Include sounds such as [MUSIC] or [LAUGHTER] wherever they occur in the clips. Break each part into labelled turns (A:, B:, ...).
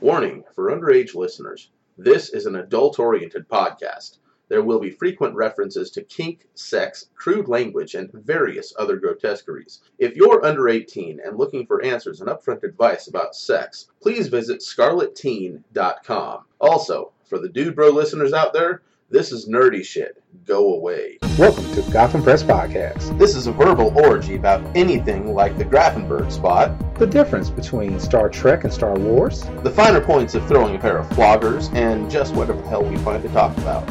A: Warning for underage listeners this is an adult oriented podcast. There will be frequent references to kink, sex, crude language, and various other grotesqueries. If you're under 18 and looking for answers and upfront advice about sex, please visit scarletteen.com. Also, for the dude bro listeners out there, this is nerdy shit. Go away.
B: Welcome to the Gotham Press Podcast,
A: This is a verbal orgy about anything like the Grafenberg spot,
B: the difference between Star Trek and Star Wars.
A: the finer points of throwing a pair of floggers, and just whatever the hell we find to talk about.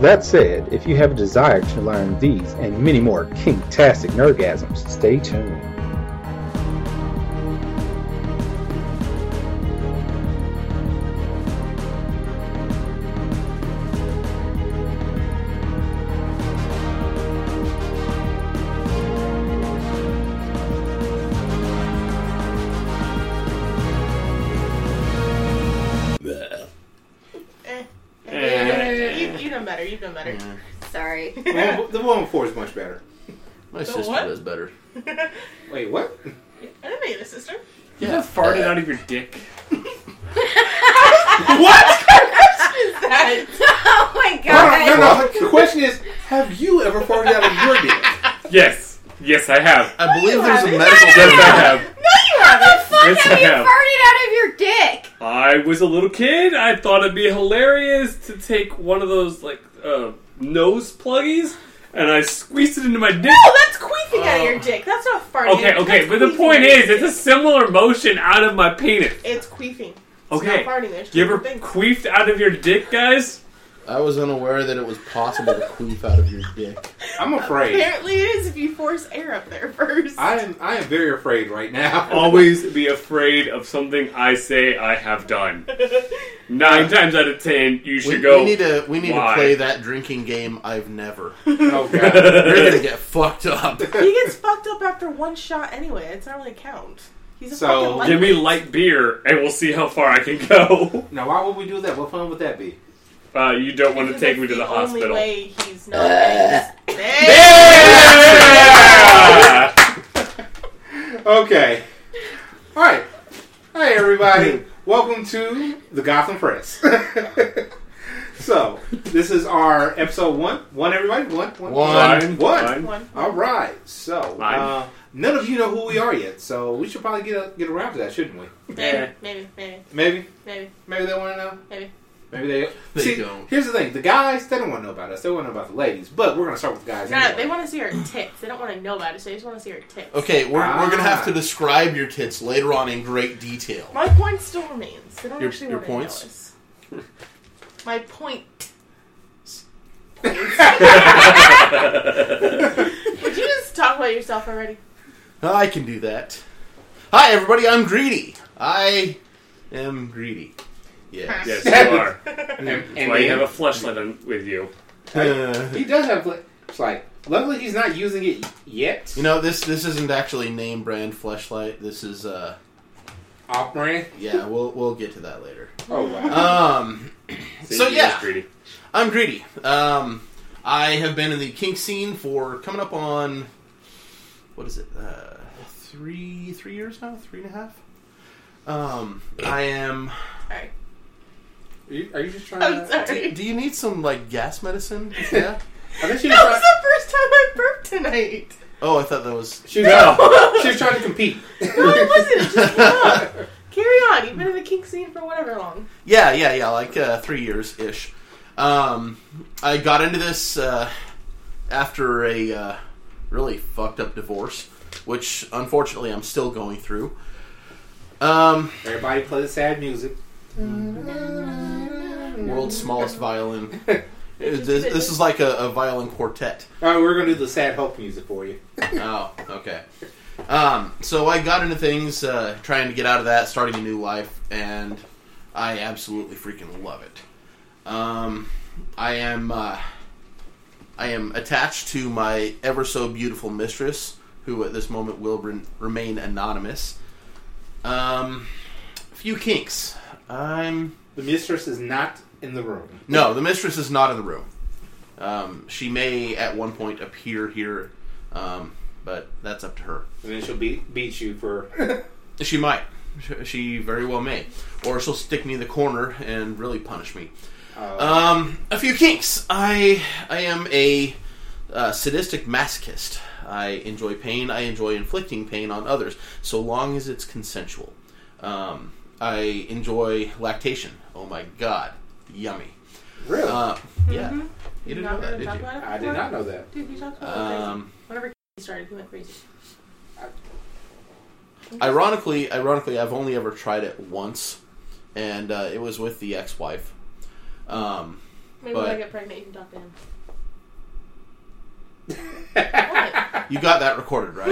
B: That said, if you have a desire to learn these and many more kinktastic nerdgasms, stay tuned.
C: You've, you've done better. You've done better.
D: Sorry. [LAUGHS]
E: [LAUGHS]
F: Well, the one before is much better.
G: My
C: The
G: sister
C: what?
G: does better.
F: Wait, what?
C: I didn't know you had a sister.
G: Yeah,
E: farted
C: Uh,
E: out of your dick.
F: what?
D: oh my
F: No, no,
D: god.
F: no. The question is, have you ever farted out of your dick?
E: Yes. Yes, I have.
G: I believe there's a
C: haven't.
G: medical
E: Yes, I
G: term.
E: have.
D: How the fuck
E: Yes,
D: have
E: I
D: you
E: have.
D: farted out of your dick?
E: I was a little kid. I thought it'd be hilarious to take one of those, like, uh, nose pluggies and I squeezed it into my dick.
C: Oh, that's queefing out of
F: Uh,
C: your dick. That's not farting.
E: Okay, okay,
C: That's
E: but the
C: queefing out
E: point
C: of
E: is,
C: your
E: it's a
C: dick.
E: similar motion out of my penis.
C: It's queefing. It's
E: Okay.
C: Not farting. There's two
E: You ever
C: different things.
E: queefed out of your dick, guys?
G: I was unaware that it was possible to queef out of your dick.
F: I'm afraid.
C: Apparently, it is if you force air up there [LAUGHS] first.
F: I am. I am very afraid right now. [LAUGHS]
E: Always be afraid of something I say I
C: [LAUGHS]
E: have done. Nine times out of ten, you should
G: We,
E: go.
G: we
E: [LAUGHS]
G: need to we need
E: Why?
G: to play that drinking game. I've never.
F: Oh god.
G: You're gonna get fucked up.
C: he gets fucked up after one shot anyway. It's not really count. He's a
F: So,
C: fucking lightweight.
E: Give me light beer, and we'll see how far I can go. [LAUGHS]
F: Now, why would we do that? What fun would that be?
E: Uh, you don't want to
C: Because
E: take me
C: that's
E: to the
C: Only
E: hospital.
C: way he's not. getting this-
E: Yeah!
F: Okay. All right. Hi, everybody. Welcome to the Gotham Press. [LAUGHS] so, this is our episode one. One, everybody. One. One.
G: One.
E: Fine,
F: What?
E: fine.
C: One.
F: All right. So, uh,
E: Fine.
F: none of you know who we are yet. So, we should probably get a, get around to that, shouldn't we?
C: Maybe, maybe, maybe,
F: Maybe.
C: maybe.
F: Maybe they want to know.
C: Maybe.
F: Maybe they.
G: They
F: See,
G: don't.
F: Here's the thing: the guys they don't want to know about us. They want to know about the ladies. But we're gonna start with the guys.
C: No, no,
F: anyway.
C: they want to see her tits. They don't want to know about it. So they just want to see her tits.
G: Okay, we're, we're gonna have to
F: Ah.
G: describe your tits later on in great detail.
C: My point still remains. They don't
G: Your-
C: actually
G: your
C: want
G: points?
C: to know us.
G: [LAUGHS]
C: My point. Would you just talk about yourself already?
G: I can do that. Hi everybody, I'm greedy. I am greedy. Yeah.
E: Yes, you are.
F: And,
E: That's
F: and
E: why you
F: then-
E: have a flashlight on with you.
G: Uh,
F: he does have. like, It's like luckily he's not using it yet.
G: [LAUGHS] you know this this isn't actually name brand fleshlight. This is uh
F: off brand.
G: yeah. We'll we'll get to that later.
F: Oh wow.
G: Um.
E: See,
G: So,
E: he
G: yeah.
E: is greedy.
G: I'm greedy. Um, I have been in the kink scene for coming up on what is it? Uh, three three years now, three and a half. Um, I am.
C: Sorry.
F: Are you, are you just trying?
C: I'm
F: to,
C: sorry.
G: Uh, Do you need some like gas
E: [LAUGHS]
G: medicine? Yeah.
F: I think she was
C: That was
F: trying.
C: the first time I burped tonight.
G: Oh, I thought that was.
F: She was, trying, [LAUGHS] she was trying to compete.
C: No, it wasn't. It just came up. Carry on. You've been in the kink scene for whatever long.
G: Yeah, yeah, yeah. Like uh, three years ish. Um, I got into this uh, after a uh, really fucked up divorce, which unfortunately I'm still going through. Um,
F: Everybody play the sad music.
G: World's smallest violin. It- This, this is like a, a violin quartet.
F: All right, we're gonna do the sad hope music for you.
G: Oh, okay. Um, so I got into things, uh, trying to get out of that, starting a new life, and I absolutely freaking love it. Um, I am, uh, I am attached to my ever so beautiful mistress, who at this moment will re- remain anonymous. Um, few kinks. I'm
F: The mistress is not in the room.
G: No, the mistress is not in the room. Um, she may at one point appear here, um, but that's up to her.
C: [LAUGHS]
F: And then she'll beat beat you for.
G: She might. Sh- She very well may, or she'll stick me in the corner and really punish me.
F: Uh,
G: Um, a few kinks. I I am a uh, sadistic masochist. I enjoy pain. I enjoy inflicting pain on others, so long as it's consensual. Um, I enjoy lactation. Oh my god, yummy.
F: really?
G: Uh, yeah, you didn't
H: Mm-hmm. Not
G: know that,
H: gonna
G: did
H: talk
G: you?
H: about it
F: I did
H: before?
F: not know
C: [LAUGHS]
F: that.
H: Dude, we talked about it crazy.
G: Um,
H: Whenever he started, he went crazy.
G: ironically, ironically, I've only ever tried it once, and uh, it was with the ex-wife. Um,
H: Maybe
G: But-
H: when I get pregnant, you can talk to
G: [LAUGHS]
H: him.
G: you got that recorded, right?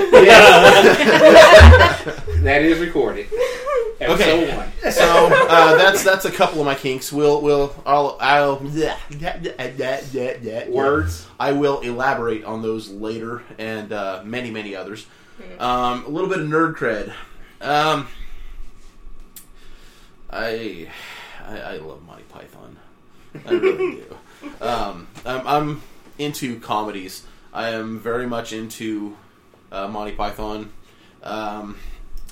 F: That is recorded. Episode
G: Okay.
F: one.
G: So uh, that's that's a couple of my kinks. We'll we'll I'll I'll yeah, yeah, yeah, yeah, yeah, yeah.
F: Words.
G: I will elaborate on those later and uh, many many others. Um, a little bit of nerd cred. Um, I, I I love Monty Python. I really do. Um, I'm, I'm into comedies. I am very much into uh, Monty Python. Um,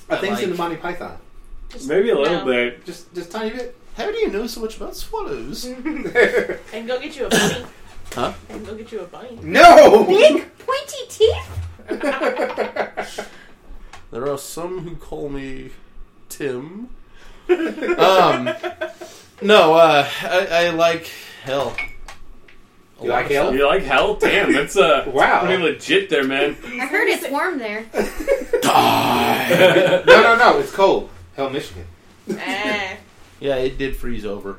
F: I think it's in the
G: like-
F: Monty Python.
H: Just
E: Maybe a little
H: now.
E: bit.
F: Just, just tiny bit.
G: how do you know so much about swallows?
F: [LAUGHS]
H: And go get you a bunny.
G: Huh?
H: And go get you a bunny.
G: [LAUGHS]
F: no.
D: Big pointy teeth?
G: There are some who call me
E: [LAUGHS]
G: Tim. um, no, uh, I, I like hell. A
F: You
G: lot
F: like
G: of
F: hell?
G: stuff.
E: You like hell? Damn, that's uh,
F: [LAUGHS] Wow.
E: pretty legit there, man.
C: [LAUGHS]
F: [LAUGHS]
D: I heard it's warm there.
F: no, no, no. It's cold. Hell, Michigan.
H: eh.
G: Yeah, it did freeze over.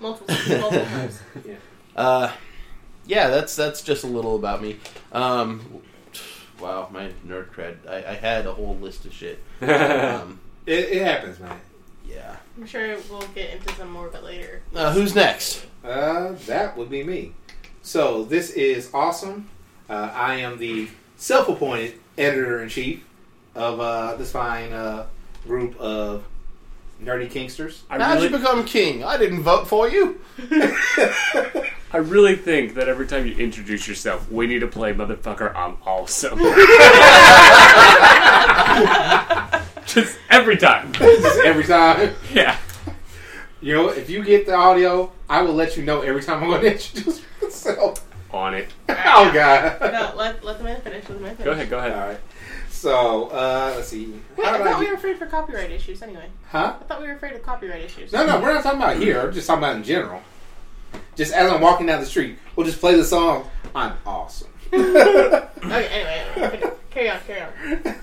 H: Multiple, multiple times.
G: Uh, yeah, that's that's just a little about me. Um, wow, my nerd cred. I, I had a whole list of shit. Um,
F: It, it happens, man.
G: yeah.
H: I'm sure we'll get into some more of it later.
G: Uh, who's next?
F: Uh, that would be me. So this is awesome. Uh, I am the self-appointed editor in chief of uh, this fine uh, group of nerdy kingsters.
E: I
G: How'd you
E: really,
G: become king? I didn't vote for you.
E: I really think that every time you introduce yourself, we need to play motherfucker. I'm also.
F: [LAUGHS]
E: Just every time. [LAUGHS]
F: Just every time, [LAUGHS]
E: Yeah.
F: you know, if you get the audio, I will let you know every time I'm going to [LAUGHS] introduce myself.
E: On it.
F: Oh God!
H: No, let, let the man finish. Let the man finish.
E: Go ahead. Go
F: All
E: ahead.
F: right. So uh, let's see.
H: Wait,
F: How
H: I
F: did I
H: thought we
F: get-
H: were afraid for copyright issues anyway.
F: Huh?
H: I thought we were afraid of copyright issues.
F: No, no, we're not talking about here. We're just talking about in general. Just as I'm walking down the street, we'll just play the song. I'm awesome.
H: Okay, anyway, anyway, carry on, carry on.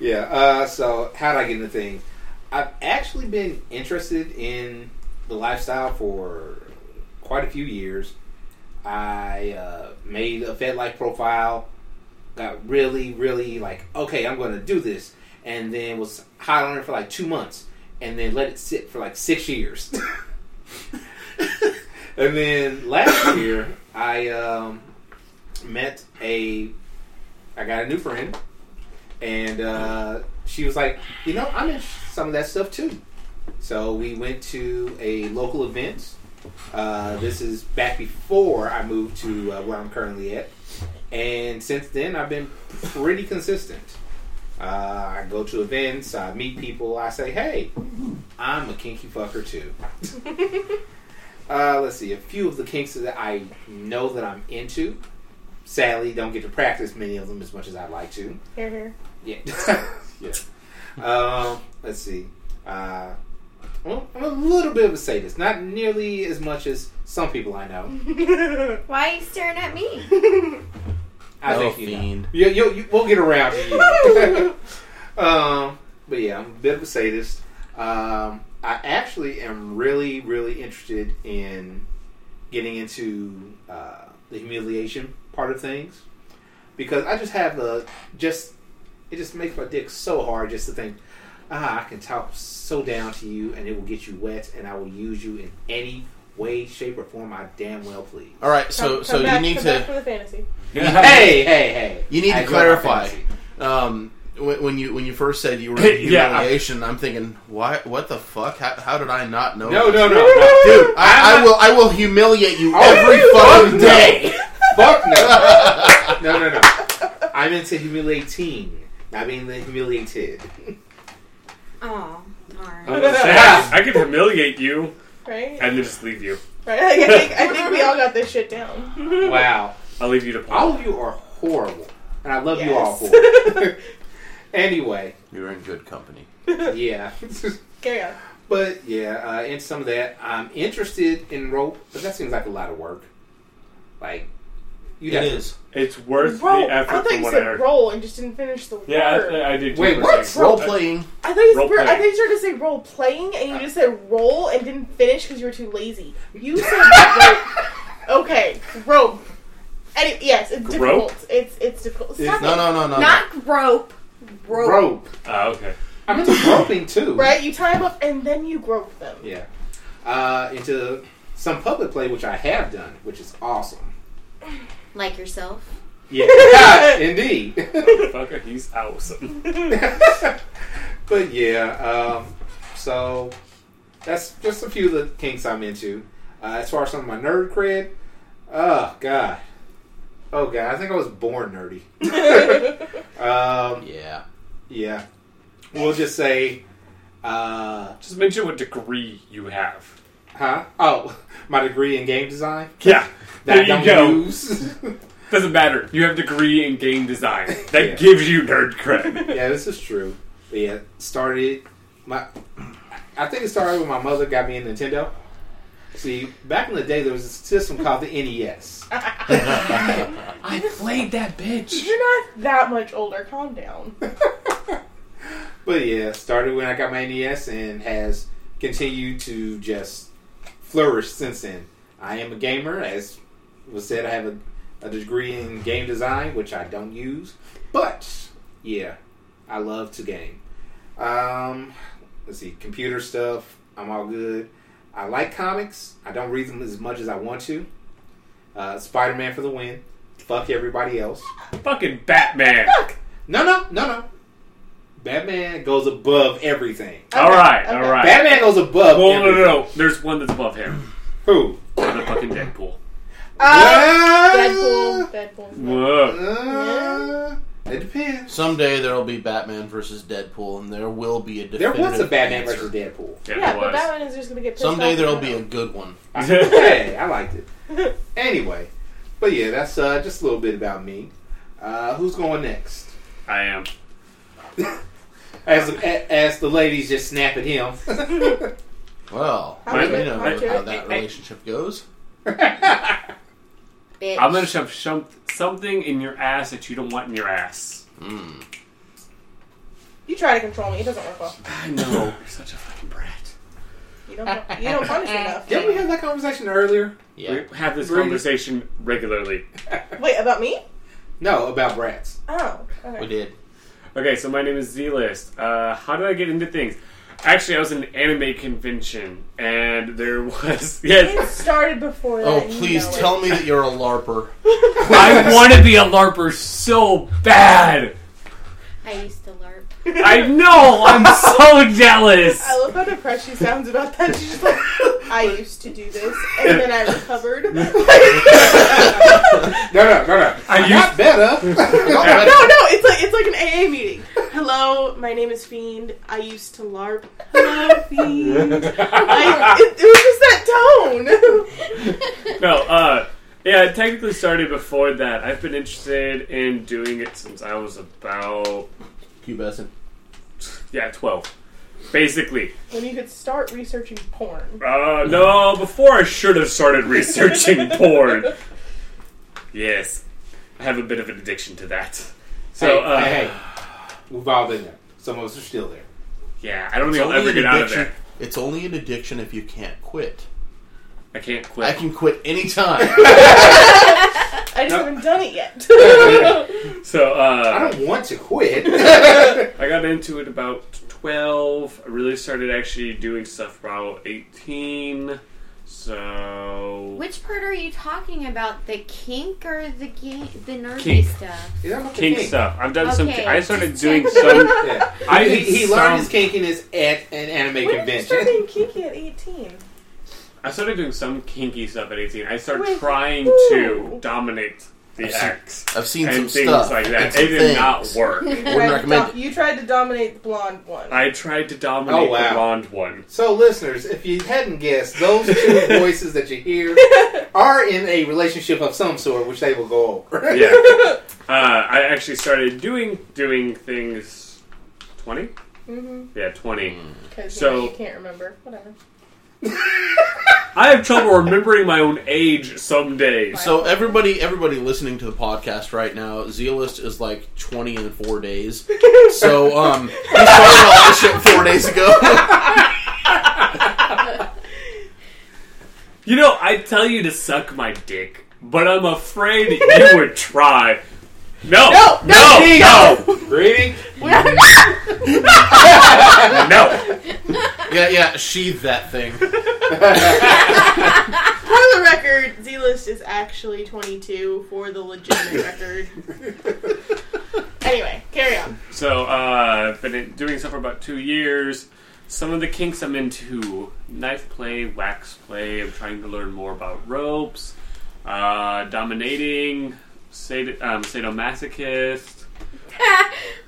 F: Yeah. Uh, so how did I get into things? I've actually been interested in the lifestyle for quite a few years. I uh, made a Fed Life profile. Got really, really like, okay, I'm going to do this, and then was hot on it for like two months, and then let it sit for like six years. [LAUGHS] and then last year, I um, met a, I got a new friend and uh, she was like, you know, I'm in some of that stuff too. So we went to a local event. Uh, this is back before I moved to uh, where I'm currently at, and since then I've been pretty consistent. Uh, I go to events, I meet people, I say, hey, I'm a kinky fucker too. uh, let's see, a few of the kinks that I know that I'm into. Sadly, don't get to practice many of them as much as I'd like to.
H: Here, here.
F: Yeah. [LAUGHS] yeah. Um, let's see. Uh, well, I'm a little bit of a sadist. Not nearly as much as some people I know.
D: Why are you staring at [LAUGHS] me?
F: I
G: Oh,
F: think you
G: fiend.
F: know. You, you, you, we'll get around to you. um, but yeah, I'm a bit of a sadist. Um, I actually am really, really interested in getting into uh, the humiliation part of things because I just have a just it just makes my dick so hard just to think ah I can talk so down to you and it will get you wet and I will use you in any way, shape, or form I damn well please.
G: All right, so
H: Come-
G: so
H: come
G: you
H: back-
G: need
H: come
G: to.
H: back for the
G: [LAUGHS]
H: fantasy.
F: Hey, hey, hey!
G: You need
F: I
G: to
F: enjoy my
G: clarify.
F: fantasy.
G: Um, when, when you when you first said
E: [LAUGHS]
G: you were in
E: Yeah, I-
G: humiliation, I'm thinking, why? What the fuck? How, how did I not know?
F: No, no, no, no.
G: dude, I, I will I will humiliate you every
F: Oh, fuck
G: fucking day.
F: Fuck no. No, no, no. I'm into humiliating, not being the humiliated.
D: Oh, darn.
E: I was saying, [LAUGHS] I can humiliate you
C: Right?
E: and then just leave you.
C: Right? I think, I think we all got this shit down.
F: Wow.
E: I'll leave you to
F: All
E: pop.
F: of you are horrible. And I love you all
C: Yes.
F: for it. anyway,
G: You're in good company.
F: yeah.
C: Carry on.
F: but yeah, uh, in some of that, I'm interested in rope, but that seems like a lot of work. Like, you
G: It
F: have to-
G: is.
E: It's worth
C: Roll.
E: the
C: I
E: effort
C: thought
E: from
C: you
E: what I
C: said
E: heard.
C: roll and just didn't finish the word.
E: Yeah, I, I did. too
F: Wait,
E: for a
F: what?
E: second.
G: Role playing.
C: I thought you
E: Role
C: said, I
E: playing.
C: thought you tried to say role playing, and you just said roll and didn't finish because you were too lazy. You said rope. Okay, rope. Any, yes, it's
E: Grope?
C: difficult. It's it's difficult.
G: No,
C: Stop it.
G: no, no, no. no.
D: Not rope. Rope.
F: rope.
E: Ah, okay.
F: I'm into
G: [COUGHS]
F: groping too.
C: Right, you tie them up and then you grope them.
F: Yeah. Uh, into some public play, which I have done, which is awesome.
D: Like yourself.
F: [LAUGHS] Yeah, indeed. [LAUGHS]
E: Fucker, he's awesome.
F: but yeah, um, so that's just a few of the kinks I'm into. Uh, as far as some of my nerd cred, oh god, oh god, I think I was born
E: [LAUGHS]
F: nerdy. um,
G: Yeah.
F: yeah, we'll just say, uh,
E: [LAUGHS] Just mention what degree you have.
F: huh? Oh, [LAUGHS] my degree in game design
E: [LAUGHS] Yeah,
F: that
E: there
F: I
E: you
F: don't
E: go.
F: use. [LAUGHS]
E: Doesn't matter. You have degree in game [LAUGHS] design. That
F: Yeah.
E: gives you nerd [LAUGHS] cred.
F: yeah, this is true. But yeah, started my. I think it started when my mother got me a Nintendo. See, back in the day, there was a system called the E NES.
E: I played that [LAUGHS] bitch.
C: You're not that much older.
G: [LAUGHS]
C: Calm down.
F: But yeah, started when I got my NES and has continued to just flourish since then. I am a gamer, as was said. I have a, a degree in game design, which I don't use, but yeah, I love to game. Um, let's see, computer stuff. I'm all good. I like comics. I don't read them as much as I want to. Uh, Spider Man for the win. Fuck everybody else.
E: Fucking [LAUGHS] Batman.
F: No, no, no, no. Batman goes above everything.
E: All right, all right.
F: Batman goes above.
E: Well, no, no,
F: everything.
E: no. There's one that's above [LAUGHS] him.
F: Who?
E: The fucking Deadpool.
C: Uh,
F: Ah!
C: Deadpool. Deadpool.
E: Whoa.
F: Ah, it depends.
G: Someday there'll be Batman versus Deadpool, and there will be a
F: There
G: definitive
F: was a Batman
G: answer.
F: versus [LAUGHS] Deadpool.
E: Yeah,
C: Yeah,
E: it
C: but
E: was.
C: that one is just gonna get pissed
G: Someday
C: off
G: there'll
C: and
G: be a good one.
E: [LAUGHS]
F: hey, I liked
C: [LAUGHS]
F: it. Anyway, but yeah, that's uh, just a little bit about me. Uh, who's going next?
E: I am.
F: As the, as the ladies just snap at [LAUGHS] him.
G: Well,
C: How
G: you
E: do you-
G: know
C: how do you-
G: how that relationship goes.
D: Bitch.
E: I'm gonna shove shum- something in your ass that you don't want in your ass.
G: Mm.
C: You try to control me. It doesn't work well.
E: I [LAUGHS] know. You're such a fucking brat.
C: You don't. You don't punish me enough.
F: Didn't we have that conversation earlier?
G: Yeah.
E: We have this
F: Brady.
E: conversation regularly.
C: Wait about me?
F: No, about brats.
C: Oh, okay.
G: We did.
E: Okay, so my name is Z List. Uh, how did I get into things? Actually, I was at an anime convention, and there [LAUGHS] was
C: It
E: yes.
C: started before that.
G: Oh,
C: and you
G: please
C: know it.
G: tell me that you're a LARPer.
E: [LAUGHS] I want to be a larper so bad.
D: I used to LARP.
E: I know. [LAUGHS] I'm so jealous.
C: I love how depressed she sounds about that. She's just like, I used to do this, and then I recovered. [LAUGHS] no,
F: No, no, no, no.
E: I
F: Not [LAUGHS]
C: [LAUGHS]
F: better.
C: no, it's like it's like an AA meeting. Hello, my name is Fiend. I used to LARP. Hello, Fiend. I, it, it was just that
E: No, uh, yeah, it technically started before that. I've been interested in doing it since I was about,
G: Pubescent.
E: yeah, 12. Basically.
C: tone. [LAUGHS] When you could start researching porn.
E: Uh, no, before I should have started researching porn. Yes, I have a bit of an addiction to that. So,
F: hey,
E: uh,
F: hey, hey. we've all been there. Some of us are still there.
E: yeah, I don't think
G: It's
E: I'll
G: only
E: ever
G: an
E: get out of
G: addiction-
E: there.
G: It's only an addiction if you can't quit.
E: I can't quit.
G: I can quit anytime.
C: I just haven't done it yet.
E: So,
F: I
E: uh,
F: don't want to quit.
E: I got into it about 12. I really started actually doing stuff about 18. So.
D: Which part are you talking about? The kink or the game, the nerdy
E: Kink.
D: stuff? [LAUGHS]
E: Kink stuff. I've done some.
D: Okay,
E: I started
D: just
E: doing
D: checking.
E: some.
F: Yeah.
E: I
F: he
E: did
F: he
E: some-
F: learned his kinkiness at an
C: [LAUGHS]
F: anime
C: When did you start
F: convention.
C: being kinky at eighteen?
E: I started doing some kinky stuff at 18. I started
C: Wait,
E: trying
C: who?
E: to dominate the
G: I've seen-
E: X
G: I've seen
E: and
G: some
E: things
G: stuff
E: like
G: and
E: that.
G: some
E: It did not
G: things.
C: [LAUGHS]
E: work.
G: Wouldn't recommend it.
C: You tried to dominate the blonde one.
E: I tried to dominate
F: Oh, wow.
E: the
G: [LAUGHS]
E: blonde one.
F: So, listeners, if you hadn't guessed,
C: [LAUGHS]
F: those two voices that you hear are in a relationship of some sort, which they will go
E: [LAUGHS]
F: over.
E: Yeah, uh, I actually started doing doing things. Twenty?
C: mm-hmm.
E: Yeah, twenty.
G: Hmm.
C: Because
E: So-
C: you, can't remember. Whatever.
E: I have trouble remembering my own age some days.
G: So everybody, everybody listening to the podcast right now, Zealist is like twenty in four
C: [LAUGHS]
G: days. So um, he started all this shit four days
C: [LAUGHS]
G: ago.
E: You know, I tell you to suck my dick, but I'm afraid you would try. No,
C: No,
E: no, no, no.
F: Greedy?
G: yeah, yeah, sheathe that thing.
C: For the record, Z List is actually 22 for the
G: [LAUGHS]
C: legitimate record. Anyway, carry on.
E: So uh, I've been in- doing stuff for about two years. Some of the kinks I'm into: knife play, wax play. I'm trying to learn more about ropes, uh, dominating, sad- um, sadomasochist.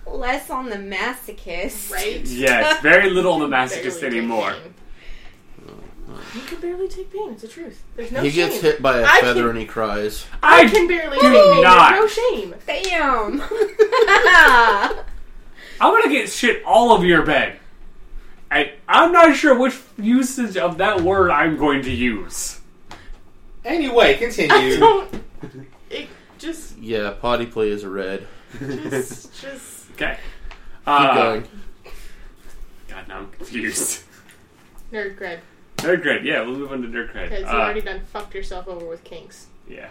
D: Less on the masochist.
C: Right?
E: Yes, very little on the
C: Barely
E: masochist
C: take
E: anymore.
C: pain. You can barely take pain. It's the truth. There's no
G: He
C: shame.
G: gets hit by a
C: I
G: feather
C: can-
G: and he cries.
C: I
E: I
C: can barely
E: do
C: take pain.
E: not.
C: There's no shame.
D: [LAUGHS] Damn.
E: I want to get shit all over your bed, and I'm not sure which usage of that word I'm going to use.
F: Anyway, continue.
C: I [LAUGHS] don't. It
G: [LAUGHS]
C: just,
G: Yeah, potty play is a red.
C: just, just.
E: Okay.
G: Keep
E: Uh,
G: going.
E: God, now I'm confused. [LAUGHS]
C: Nerd cred.
E: Nerd cred, yeah, we'll move on to nerd cred.
C: Because you
E: Uh,
C: already done fucked yourself over with kinks.
E: Yeah.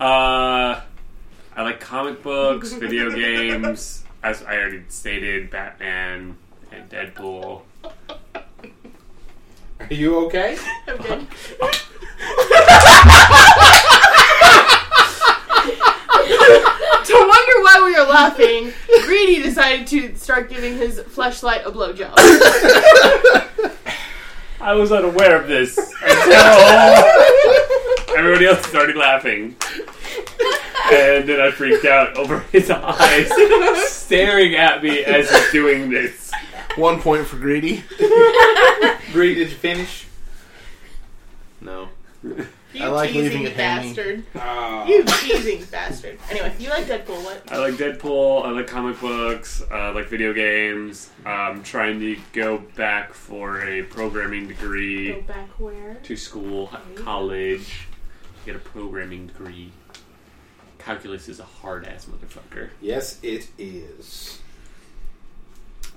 E: Uh, I like comic books, video games, as I already stated, Batman and Deadpool.
F: Are you okay?
C: I'm good. to wonder why we were laughing, [LAUGHS] Greedy decided to start giving his fleshlight a
G: [LAUGHS]
C: blowjob.
E: I was unaware of this [LAUGHS] until everybody else started laughing. And then I freaked out over his eyes staring at me as he's doing this.
G: One point for greedy.
F: Greedy, did you finish?
G: No.
C: You
G: I like
C: teasing
G: leaving it hanging.
C: bastard.
F: Uh,
C: You teasing bastard. Anyway, you like Deadpool, what?
E: I like Deadpool. I like comic books. uh, I like video games. I'm trying to go back for a programming
C: Go
E: degree
C: back where?
E: to school, college, get a programming degree. Calculus is a hard ass motherfucker.
F: yes, it is.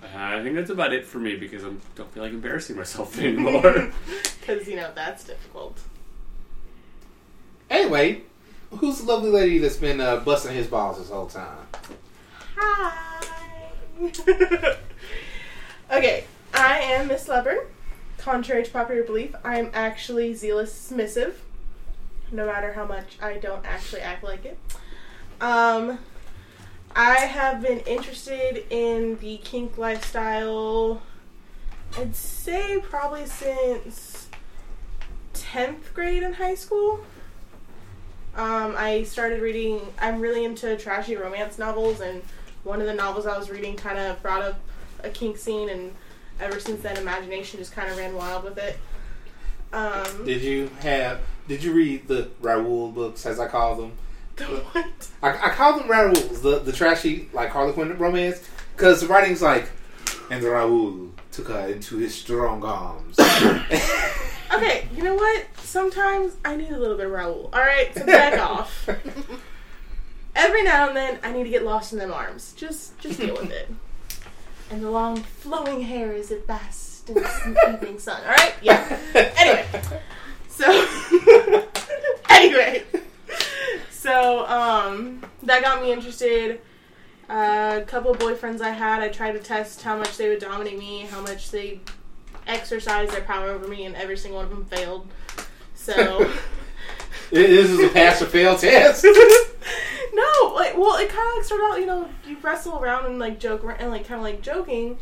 E: Uh, I think that's about it for me because I don't feel like embarrassing myself [LAUGHS] anymore.
C: Because, you know, that's difficult.
F: Anyway, who's the lovely lady that's been uh, busting his balls this whole time?
C: Hi. okay, I am Miss Leopard. Contrary to popular belief, I'm actually zealous submissive, no matter how much I don't actually act like it. Um, I have been interested in the kink lifestyle, I'd say probably since 10th grade in high school. Um, I started reading, I'm really into trashy romance novels, and one of the novels I was reading kind of brought up a kink scene, and ever since then, imagination just kind of ran wild with it. Um,
F: Did you have? Did you read the Raoul books, as I call them?
C: the [LAUGHS] what?
F: I, I call them Raoul's, the, the trashy, like Harlequin romance, because the writing's like, and Raoul took her into his strong arms. [LAUGHS]
C: Okay, you know what? Sometimes I need a little bit of Raoul. All right, so back off. Every now and then, I need to get lost in them arms. Just, just deal with it. [LAUGHS] And the long flowing hair is at best in [LAUGHS] the evening sun. All right, yeah. [LAUGHS] Anyway, so [LAUGHS] anyway, so um, that got me interested. A couple boyfriends I had, I tried to test how much they would dominate me, how much they exercise their power over me, and every single one of them failed. So
F: this is a pass or fail
C: [LAUGHS]
F: test. [LAUGHS]
C: no, like, well, it kind of like started out, you know, you wrestle around and like joke ar- and like kind of like joking,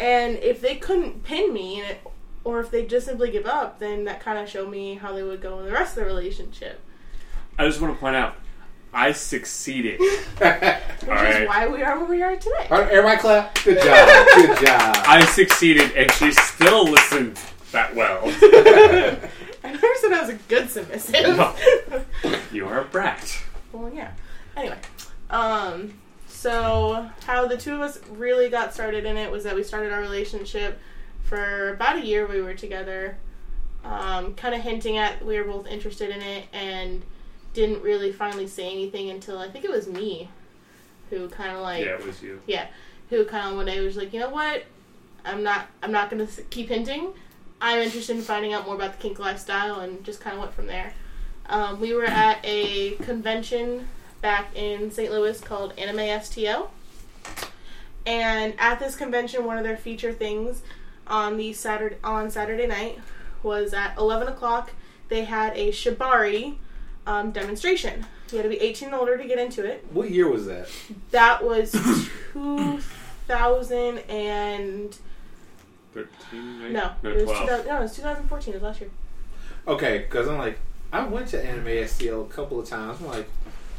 C: and if they couldn't pin me, and it, or if they just simply give up, then that kind of showed me how they would go in the rest of the relationship.
E: I just want to point out I succeeded.
C: Which
E: All
C: is
E: right.
C: why we are where we are today. [LAUGHS]
F: All right, everybody clap. Good job. Good job.
E: I succeeded, and she still listened that well.
C: I never said I was a good submissive. [LAUGHS]
E: No. You are a brat.
C: well, yeah. Anyway, um, so how the two of us really got started in it was that we started our relationship for about a year. We were together, um, kind of hinting at we were both interested in it and didn't really finally say anything until I think it was me who kind of like
E: Yeah, it was you.
C: yeah, who kind of one day was like, you know what, I'm not, I'm not gonna s- keep hinting. I'm interested in finding out more about the kink lifestyle, and just kind of went from there. Um, we were at a convention back in St. Louis called Anime STL, and at this convention, one of their feature things on the Saturday on Saturday night was at 11 o'clock. They had a shibari um, demonstration. You had to be 18 and older to get into it.
F: What year was that?
C: That was 2000 and
E: 13, right?
C: no, it was 2000, no, it was 2014. It was last year.
F: Okay, because I'm like, I went to Anime STL a couple of times. I'm like,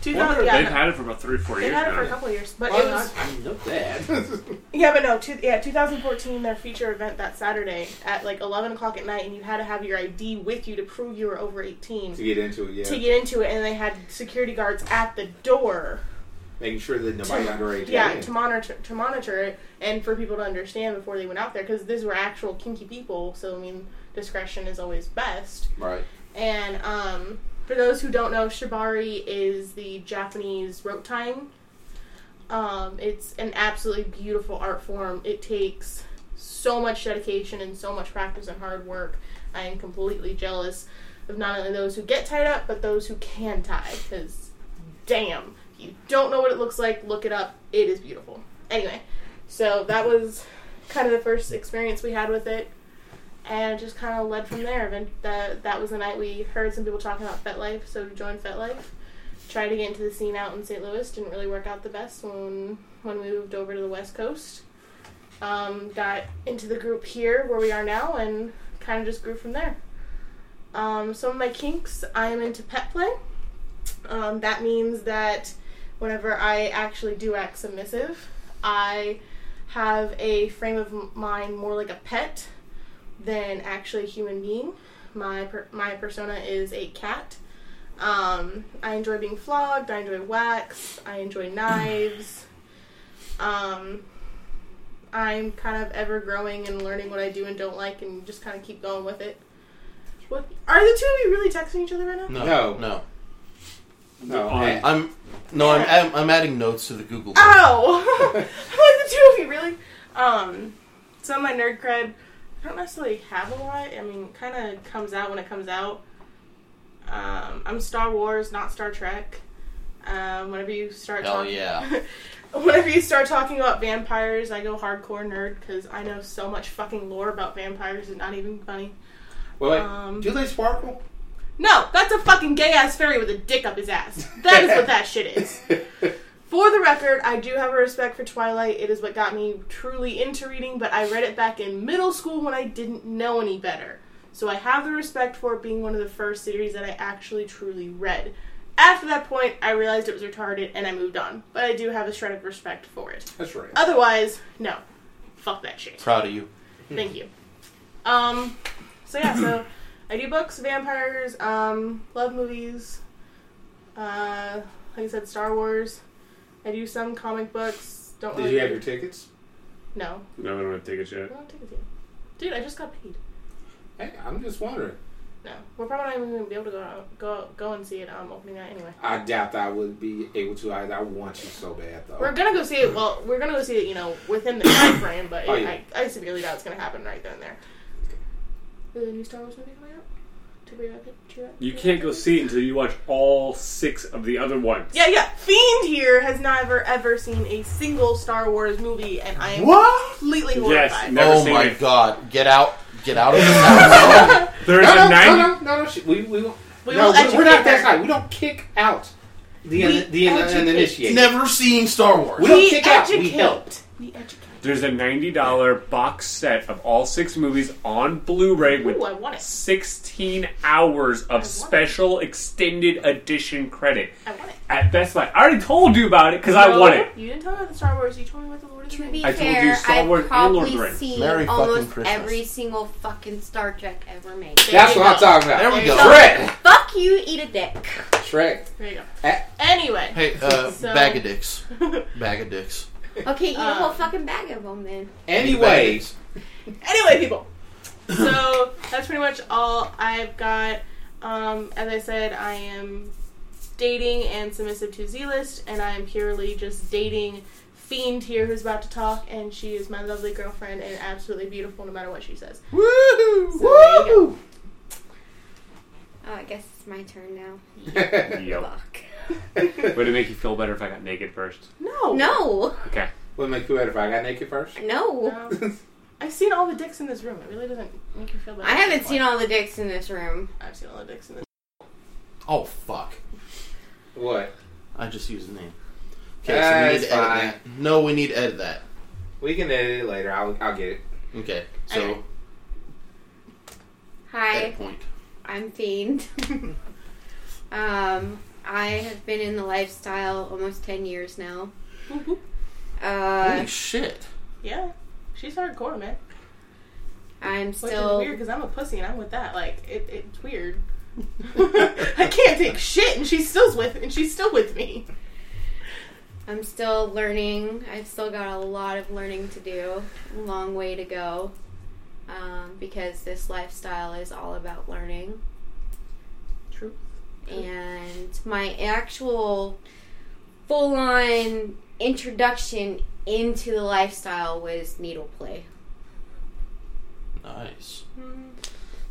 C: 2000.
E: They've
C: Yeah,
E: had it for about three, four
C: they
E: years
C: had it for a
E: now.
C: couple of years, but
F: why
C: it was
F: not? I know that. [LAUGHS]
C: yeah, but no, two, yeah, 2014. Their feature event that Saturday at like 11 o'clock at night, and you had to have your ID with you to prove you were over 18
F: to get into it, yeah.
C: to get into it, and they had security guards at the door.
F: Making sure that nobody's underage.
C: yeah,
F: got in.
C: to monitor to monitor it and for people to understand before they went out there because these were actual kinky people. So I mean, discretion is always best.
F: Right.
C: And um, for those who don't know, shibari is the Japanese rope tying. Um, it's an absolutely beautiful art form. It takes so much dedication and so much practice and hard work. I am completely jealous of not only those who get tied up, but those who can tie. Because, damn, if you don't know what it looks like, look it up. It is beautiful. Anyway, so that was kind of the first experience we had with it and it just kind of led from there. And that that was the night we heard some people talking about FetLife, so we joined FetLife. Tried to get into the scene out in St. Louis, didn't really work out the best when when we moved over to the West Coast. Um, got into the group here where we are now, and kind of just grew from there. Um, some of my kinks, I am into pet play. Um, that means that whenever I actually do act submissive, I have a frame of mind more like a pet than actually a human being. My per- my persona is a cat. Um, I enjoy being flogged. I enjoy wax. I enjoy knives. Um, I'm kind of ever growing and learning what I do and don't like, and just kind of keep going with it. What are the two of you really texting each other right now?
G: No, no,
F: No.
G: no.
F: No.
E: On-
F: hey,
G: I'm no, I'm, I'm I'm adding notes to the Google.
C: Ah.
G: Doc.
C: [LAUGHS] Ow! Oh! like the two of you, really? Um, so my nerd cred, I don't necessarily have a lot. I mean, kind of comes out when it comes out. Um, I'm Star Wars, not Star Trek. Um, whenever you start
G: Hell
C: talking,
G: yeah.
C: [LAUGHS] whenever you start talking about vampires, I go hardcore nerd because I know so much fucking lore about vampires. It's not even funny.
F: well, wait,
C: um,
F: do they sparkle?
C: No, that's a fucking gay ass fairy with a dick up his ass. That is what that shit is. For the record, I do have a respect for Twilight. It is what got me truly into reading, but I read it back in middle school when I didn't know any better. So I have the respect for it being one of the first series that I actually truly read. After that point, I realized it was retarded and I moved on. But I do have a shred of respect for it.
F: That's right.
C: Otherwise, no. Fuck that shit.
G: Proud of you.
C: Thank you. Um, so yeah, so [CLEARS THROAT] I do books, vampires, um, love movies. Uh, like I said, Star Wars. I do some comic books. Don't
F: Did
C: really
F: you have your tickets?
C: no.
E: No, I don't want to take a
C: I
E: shit.
C: don't take it. Dude, I just got paid.
F: Hey, I'm just wondering.
C: No, we're probably not even gonna be able to go out, go go and see it um opening night anyway.
F: I doubt that I would be able to. I, I want you so bad though.
C: We're gonna go see it. Well, we're gonna go see it. You know, within the time frame, but
F: Oh, yeah.
C: I, I severely doubt it's gonna happen right then and there. Is the new Star Wars movie coming out? To be rapid, to be
E: You can't go see it until you watch all six of the other ones.
C: Yeah, yeah. Fiend here has never ever seen a single Star Wars movie, and I am completely
E: Yes,
C: horrified.
E: Never
G: oh
E: seen
G: my
E: it.
G: god! Get out! Get out of this
C: [LAUGHS]
G: house!
E: There's
F: no, no,
E: a 90.
F: no, no, no, no, shit. We, we, won't-
C: We
F: no,
C: will
F: we- we're not
C: educate
F: that
C: her.
F: high. We don't kick out the,
C: We
F: the, the
C: educate.
F: uninitiated.
G: Never seen Star Wars.
F: We don't kick out. We help.
C: We educate.
E: There's a $90 box set of all six movies on Blu-ray with
H: Ooh, I want it.
E: 16 hours of special extended edition credit
H: I want it.
E: at Best Buy. I already told you about it because I want
C: [LAUGHS]
E: it.
C: You didn't tell me about the Star Wars. You told me about the Lord of the
D: To
C: Rings.
D: be
E: I told you
D: fair,
E: Star Wars
D: I've
E: and Lord of
D: probably
E: the Rings.
D: seen
G: Merry fucking
D: almost
G: Christmas.
D: every single fucking Star Trek ever made.
F: That's what I'm talking about.
G: There we go.
F: Shrek.
D: Fuck you, eat a
E: [LAUGHS]
D: dick.
F: Shrek.
C: There you go.
F: Eh.
C: Anyway.
G: Hey, uh,
C: So-
G: bag of dicks.
C: [LAUGHS]
G: Bag of dicks.
D: Okay, eat a
C: Um,
D: whole fucking bag of them then.
F: Anyway,
C: Anyway, people. So that's pretty much all I've got. Um, as I said, I am dating and submissive to Z List, and I am purely just dating Fiend here who's about to talk, and she is my lovely girlfriend and absolutely beautiful no matter what she says.
F: woohoo!
C: So there you
F: woohoo!
D: Oh, I guess it's my turn now.
E: Yep.
D: [LAUGHS] Fuck.
E: Would it make you feel better if I got naked first?
C: No.
D: No,
E: Okay.
F: Would it make you better if I got naked first?
D: no.
E: Um,
C: No. I've seen all the dicks in this room. It really doesn't make you feel better.
D: I haven't seen all the dicks in this room.
C: I've seen all the dicks in this.
G: Oh fuck!
F: What?
G: I just used the name. Okay, so we
F: That's
G: need to
F: fine.
G: edit that. No, we need to edit that.
F: We can edit it later. I'll, I'll get it.
G: Okay, so
C: Okay.
D: Hi,
G: edit point.
D: I'm Fiend. [LAUGHS] um, I have been in the lifestyle almost 10 years now. Uh,
G: Holy shit!
C: Yeah. She's hardcore, man.
D: I'm
C: Which
D: still.
C: is weird because I'm a pussy and I'm with that. Like it, it's weird. I can't take shit, and she's still with, and she's still with me.
D: I'm still learning. I've still got a lot of learning to do. A long way to go. Um, because this lifestyle is all about learning.
C: True.
D: And my actual full on introduction into the lifestyle was needle play.
G: Nice.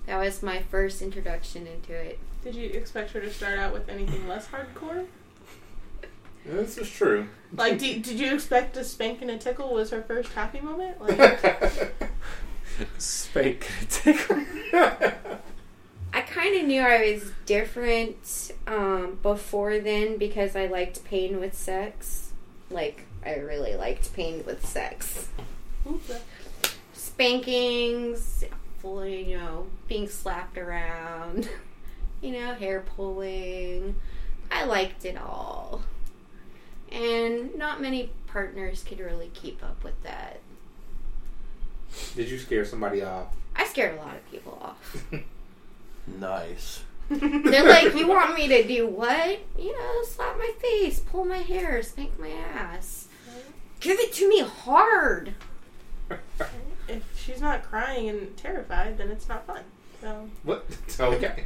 D: That was my first introduction into it.
C: Did you expect her to start out with anything less hardcore?
F: This is true. [LAUGHS]
C: Like, did, did you expect a spank and a tickle was her first happy moment? Like,
F: [LAUGHS] That's
E: [LAUGHS] Spank tickle.
D: I kind of knew I was different um, before then because I liked pain with sex. Like, I really liked pain with sex. Spankings, full, you know, being slapped around, [LAUGHS] you know, hair pulling. I liked it all. And not many partners could really keep up with that.
F: Did you scare somebody off?
D: I scared a lot of people off.
G: Nice.
D: They're like, you want me to do what? You know, slap my face, pull my hair, spank my ass. Give it to me hard.
C: if she's not crying and terrified, then it's not fun. So,
F: What? [LAUGHS] Okay.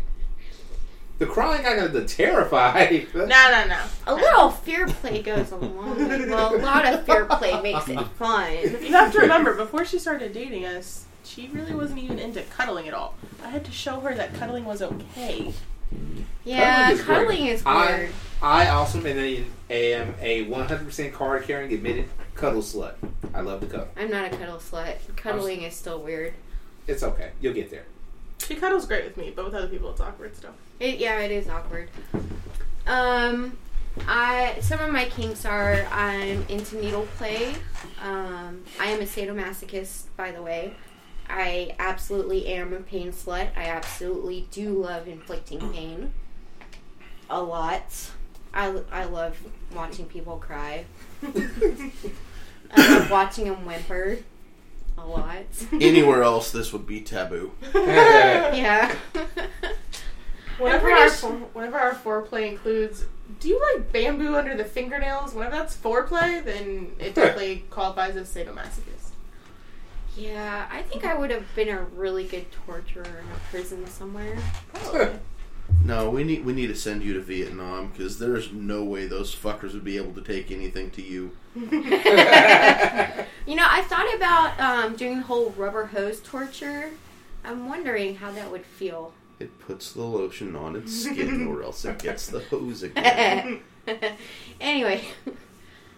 F: The crying I got the terrified.
C: no, no, no.
D: A little fear play goes a long way. Well, a lot of fear play makes it fun.
C: You have to remember, before she started dating us, she really wasn't even into cuddling at all. I had to show her that cuddling was okay.
D: Yeah,
F: Cuddling
D: cuddling is
F: I,
D: weird.
F: I also am a, am a 100% card carrying admitted cuddle slut. I love to cuddle.
D: I'm not a cuddle slut. Cuddling is still weird.
F: It's okay. You'll get [LAUGHS] there.
C: She cuddles great with me, but with other people, it's awkward stuff.
D: It, yeah, it is awkward. Um, I some of my kinks are I'm into needle play. Um, I am a sadomasochist, by the way. I absolutely am a pain slut. I absolutely do love inflicting pain. A lot. I, I love watching people cry. I love watching them whimper. A lot.
G: Anywhere else, this would be taboo.
D: [LAUGHS] Yeah.
C: Whenever
D: I'm
C: our,
D: pretty
C: fore- whenever our foreplay includes, do you like bamboo under the fingernails? Whenever that's foreplay, then it definitely qualifies as sadomasochist.
D: yeah, I think I would have been a really good torturer in a prison somewhere.
C: Probably.
G: No, we need we need to send you to Vietnam because there's no way those fuckers would be able to take anything to you.
D: You know, I thought about um, doing the whole rubber hose torture. I'm wondering how that would feel. [LAUGHS]
G: It puts the lotion on its skin, or else it gets the hose again.
D: anyway,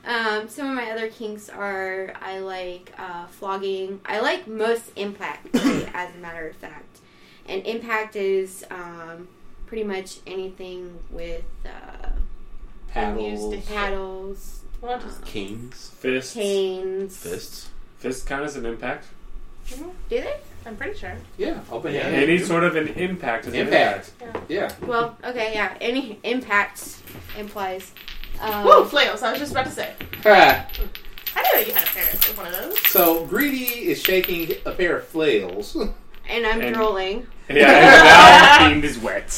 D: um, some of my other kinks are I like uh, flogging. I like most impact, as a matter of fact. And impact is um, pretty much anything with uh, being used
F: Paddles.
D: to paddles,
C: Well, just
G: Kings,
E: Fists.
D: canes,
G: fists.
E: Does this count as an impact?
D: Do they?
C: I'm pretty sure.
F: Yeah, open hand.
E: Any sort of an impact is an
F: Impact. Yeah.
D: Well, okay, yeah. Any impact implies. Um,
C: Whoa, flails! I was just about to say. I
F: Ha.
C: didn't know you had a pair of one of those.
F: so Greedy is shaking a pair of flails.
D: And I'm
E: And-
D: drooling.
E: Yeah, and now the fiend is wet.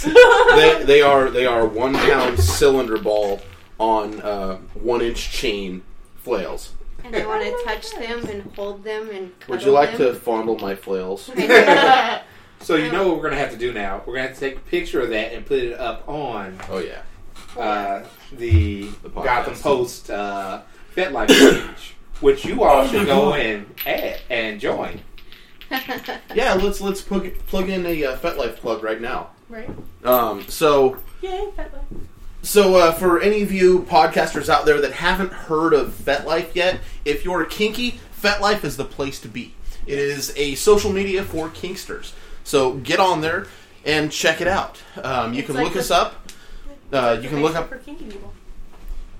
G: they, they are they are one pound cylinder ball on uh, one inch chain flails.
D: And I want to touch them and hold them and cuddle
G: Would you like
D: them.
G: to fondle my flails?
D: [LAUGHS]
F: So you know what we're gonna have to do now? We're gonna have to take a picture of that and put it up on
G: Oh yeah.
F: uh, the,
G: The podcast.
F: Gotham Post uh, FetLife page, which you all should go and add and join.
G: Yeah, let's let's plug, plug in a uh, FetLife plug right now.
C: [LAUGHS] Right.
G: Um, so
C: Yay, that way.
G: so uh, for any of you podcasters out there that haven't heard of FetLife yet, if you're kinky, FetLife is the place to be. It is a social media for kinksters. So get on there and check it out. Um, you
C: It's
G: can
C: like
G: look
C: the-
G: us up. Uh, you can look up
C: for kinky people.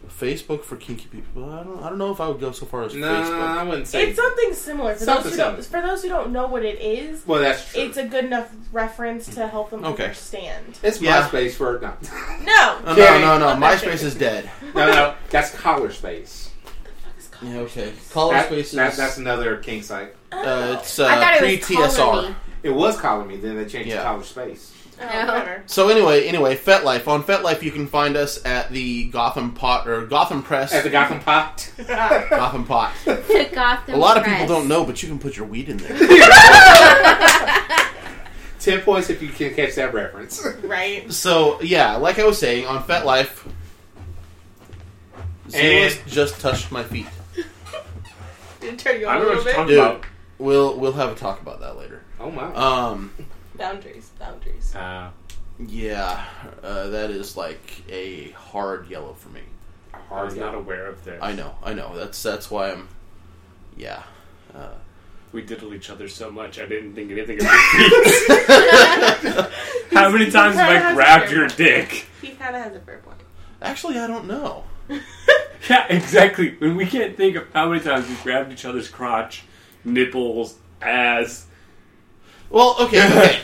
G: Facebook for kinky people. I don't, I don't know if I would go so far as
F: No,
G: Facebook. Uh,
F: I wouldn't say.
C: It's something similar for
F: Something
C: those who don't. For
F: similar.
C: those who don't know what it is,
F: well, that's true.
C: it's a good enough reference to help them
G: Okay.
C: understand.
F: It's
G: Yeah.
F: MySpace for no, [LAUGHS]
C: No.
G: Oh,
F: Okay.
G: no, no, no.
C: Not that
G: MySpace is dead.
F: no, no. That's Collar Space.
G: Yeah, okay. Collar
F: That-
G: Space is.
F: that- that's another king site.
G: uh, it's
D: I
G: uh,
D: thought
G: pre
D: it was calling
G: TSR.
D: me.
F: It was Collar Me, then they changed
G: Yeah.
F: to Collar Space.
C: Oh,
D: No.
C: whatever.
G: So anyway, anyway, FetLife on FetLife you can find us at the Gotham Pot or Gotham Press.
F: At the
G: [LAUGHS]
F: Gotham Pot. [LAUGHS]
G: Gotham Pot. [LAUGHS]
D: Gotham
G: A lot of
D: Press.
G: people don't know, but you can put your weed in there.
F: Ten points if you can catch that reference.
C: Right.
G: so yeah, like I was saying on FetLife, Zealous
F: And-
G: just touched my feet.
C: Did it turn you on
E: I
C: a
E: don't
C: little
E: know what you're
C: bit?
E: talking
G: Dude.
E: about.
G: We'll we'll have a talk about that later.
F: Oh my.
G: Um,
C: Boundaries. Boundaries.
E: Uh,
G: yeah, uh, that is like a hard yellow for me.
E: I was not aware of this.
G: I know, I know. That's that's why I'm. Yeah. Uh,
E: We diddle each other so much, I didn't think anything of it.
D: [LAUGHS]
E: How many times have I grabbed your dick?
C: He kind of has a fair point.
G: actually, I don't know.
E: Yeah, exactly. When we can't think of how many times we've grabbed each other's crotch, nipples, ass.
G: Well, okay. okay.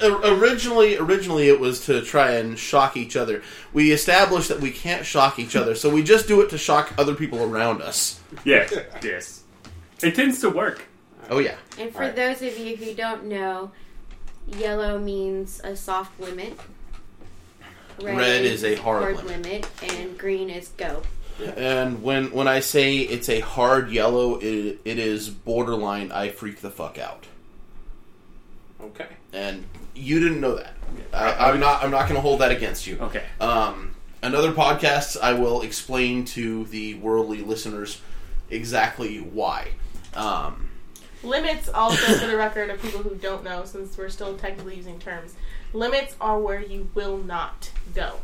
G: O- originally, originally it was to try and shock each other. We established that we can't shock each other, so we just do it to shock other people around us.
E: Yeah, yes. It tends to work.
G: Oh yeah.
D: And for
F: Alright.
D: those of you who don't know, yellow means a soft limit.
G: Red is a hard limit.
D: limit, and green is go.
G: And when when I say it's a hard yellow, it, it is borderline. I freak the fuck out.
F: Okay.
G: And you didn't know that. I, I'm not. I'm not going to hold that against you.
E: Okay.
G: Um, another podcast, I will explain to the worldly listeners exactly why. Um,
C: Limits also, for the record of people who don't know, since we're still technically using terms, limits are where you will not go.